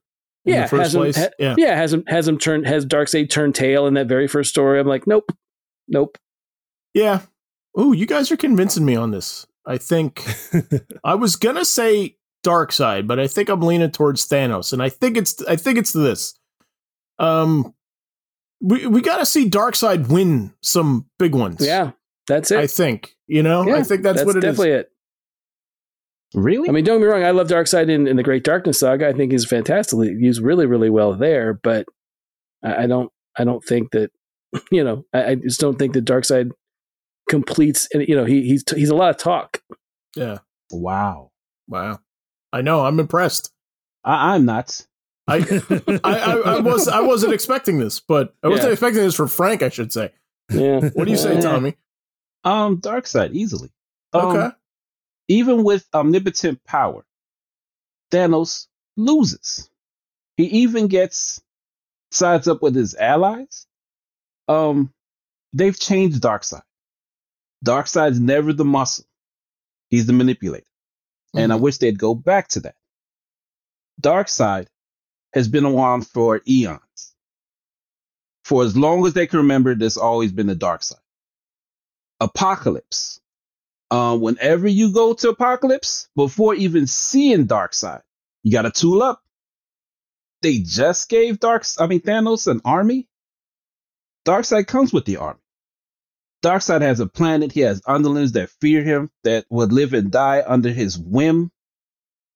in Yeah, the first hasn't- place. ha- yeah. Yeah, has him has him turned has Darkseid turned tail in that very first story. I'm like, nope, nope. Yeah. Ooh, you guys are convincing me on this. I think I was gonna say dark side, but I think I'm leaning towards Thanos, and I think it's I think it's this. Um, we we got to see dark side win some big ones. Yeah, that's it. I think you know. I Yeah, think that's, what it is. definitely it. Really? I mean, don't get me wrong. I love Darkseid in, in the Great Darkness saga. I think he's fantastically used really, really well there. But I, I don't, I don't think that, [CLEARS THROAT] you know, I, I just don't think that Darkseid completes. And you know, he he's he's a lot of talk. Yeah. wow. Wow. I know. I'm impressed. I, I'm nuts. I. I, I, I was I wasn't expecting this, but I wasn't Yeah. Mm. expecting this from Frank. I should say. Yeah, [LAUGHS] What do you say, Yeah. Tommy? Um, dark side easily. Um, Okay. Even with omnipotent power, Thanos loses. He even gets sides up with his allies. Um, they've changed Darkseid. Darkseid's never the muscle; he's the manipulator, and I wish they'd go back to that. Darkseid has been around for eons. For as long as they can remember, there's always been the dark side. Apocalypse. Uh, whenever you go to Apocalypse, before even seeing Darkseid, you got to tool up. They just gave Dark, I mean Thanos an army. Darkseid comes with the army. Darkseid has a planet. He has underlings that fear him, that would live and die under his whim.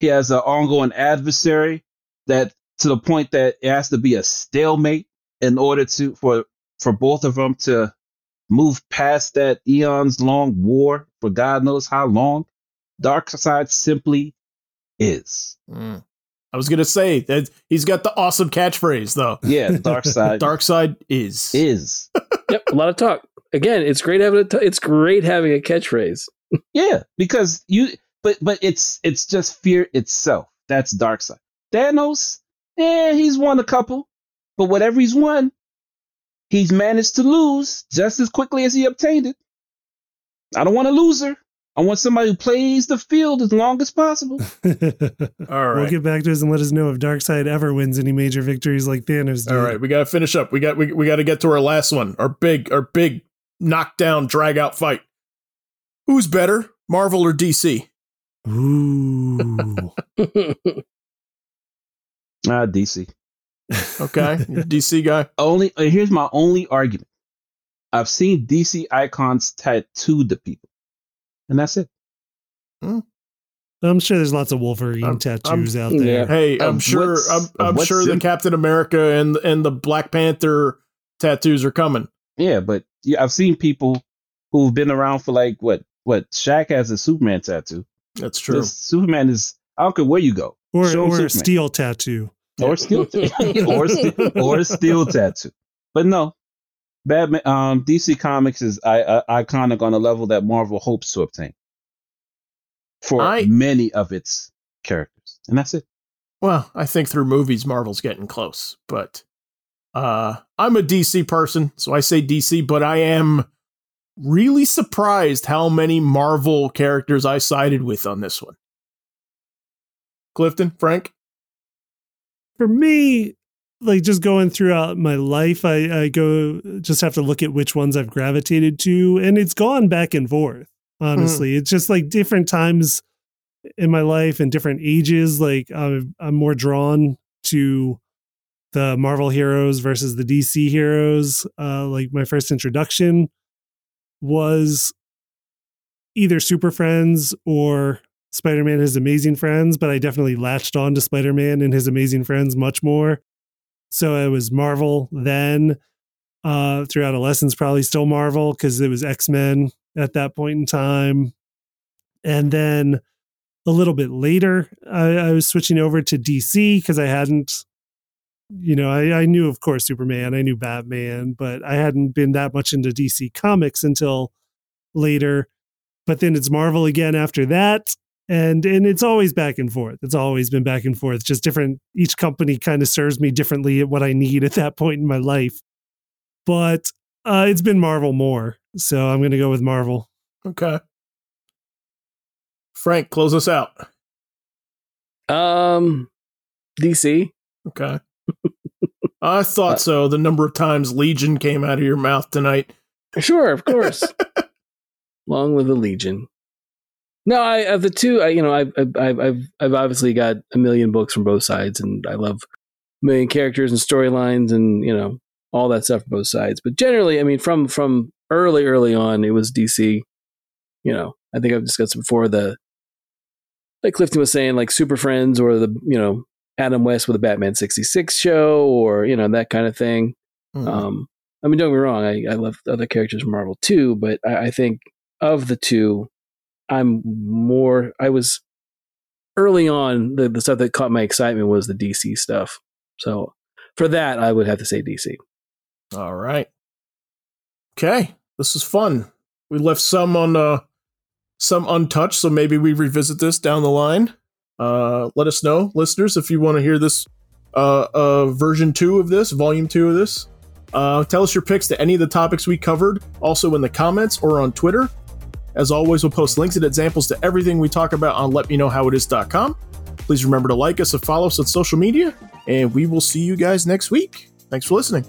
He has an ongoing adversary that, to the point that it has to be a stalemate in order to for for both of them to move past that eons long war for God knows how long. Darkseid simply is. Mm. I was gonna say that he's got the awesome catchphrase though. Yeah, Darkseid Dark side is. is. yep, a lot of talk. Again, it's great having a t- it's great having a catchphrase. Yeah, because you but but it's it's just fear itself. That's Darkseid. Thanos, eh, he's won a couple, but whatever he's won, he's managed to lose just as quickly as he obtained it. I don't want a loser. I want somebody who plays the field as long as possible. All [LAUGHS] We'll right. get back to us and let us know if Darkseid ever wins any major victories like Thanos did. All right, we gotta finish up. We got we, we gotta get to our last one. Our big our big knockdown drag out fight. Who's better, Marvel or DC? Ooh. Ah, DC. [LAUGHS] Okay, You're a DC guy. only uh, here's my only argument. I've seen DC icons tattooed to people, and that's it. I'm sure there's lots of Wolverine I'm- tattoos out yeah. there. Hey, Of I'm sure what's- I'm, of I'm what's sure the in- Captain America and and the Black Panther tattoos are coming. Yeah, but yeah, I've seen people who've been around for like what what Shaq has a Superman tattoo. That's true. This Superman is I don't care where you go Or, Show 'em or Superman. a steel tattoo. or steel [LAUGHS] [LAUGHS] or steel, [LAUGHS] or steel tattoo. But no, Batman um, DC Comics is I, I, iconic on a level that Marvel hopes to obtain for I- many of its characters, and that's it. Well, I think through movies Marvel's getting close, but uh I'm a DC person, so I say DC, but I am really surprised how many Marvel characters I sided with on this one. Clifton, Frank? For me, like just going throughout my life, I, I go just have to look at which ones I've gravitated to. And it's gone back and forth, honestly. It's just like different times in my life and different ages. Like I'm, I'm more drawn to the Marvel heroes versus the DC heroes. Uh, like my first introduction was either Super Friends or Spider Man His Amazing Friends, but I definitely latched on to Spider Man and His Amazing Friends much more. So it was Marvel then. Uh, through adolescence, probably still Marvel because it was X Men at that point in time. And then a little bit later, I, I was switching over to DC because I hadn't, you know, I, I knew, of course, Superman, I knew Batman, but I hadn't been that much into DC comics until later. But then it's Marvel again after that. And and it's always back and forth. It's always been back and forth. Just different. Each company kind of serves me differently at what I need at that point in my life. But uh, it's been Marvel more, so I'm going to go with Marvel. Okay. Frank, close us out. Um, DC. Okay. I thought so. The number of times Legion came out of your mouth tonight. Sure, of course. Long live the Legion. No, I of the two, I, you know, I've I've I've I've obviously got a million books from both sides, and I love a million characters and storylines, and you know all that stuff from both sides. But generally, I mean, from from early early on, it was DC. You know, I think I've discussed before the like Clifton was saying, like Super Friends or the you know Adam West with the Batman sixty six show or you know that kind of thing. Hmm. Um, I mean, don't get me wrong, I, I love other characters from Marvel too, but I, I think of the two, I'm more. I was early on the, the stuff that caught my excitement was the DC stuff. So for that, I would have to say DC. All right. Okay. This is fun. We left some on uh some untouched, so maybe we revisit this down the line. Uh let us know, listeners, if you want to hear this uh uh version two of this, volume two of this. Uh tell us your picks to any of the topics we covered, also in the comments or on Twitter. As always, we'll post links and examples to everything we talk about on letmeknowhowitis.com. Please remember to like us and follow us on social media, and we will see you guys next week. Thanks for listening.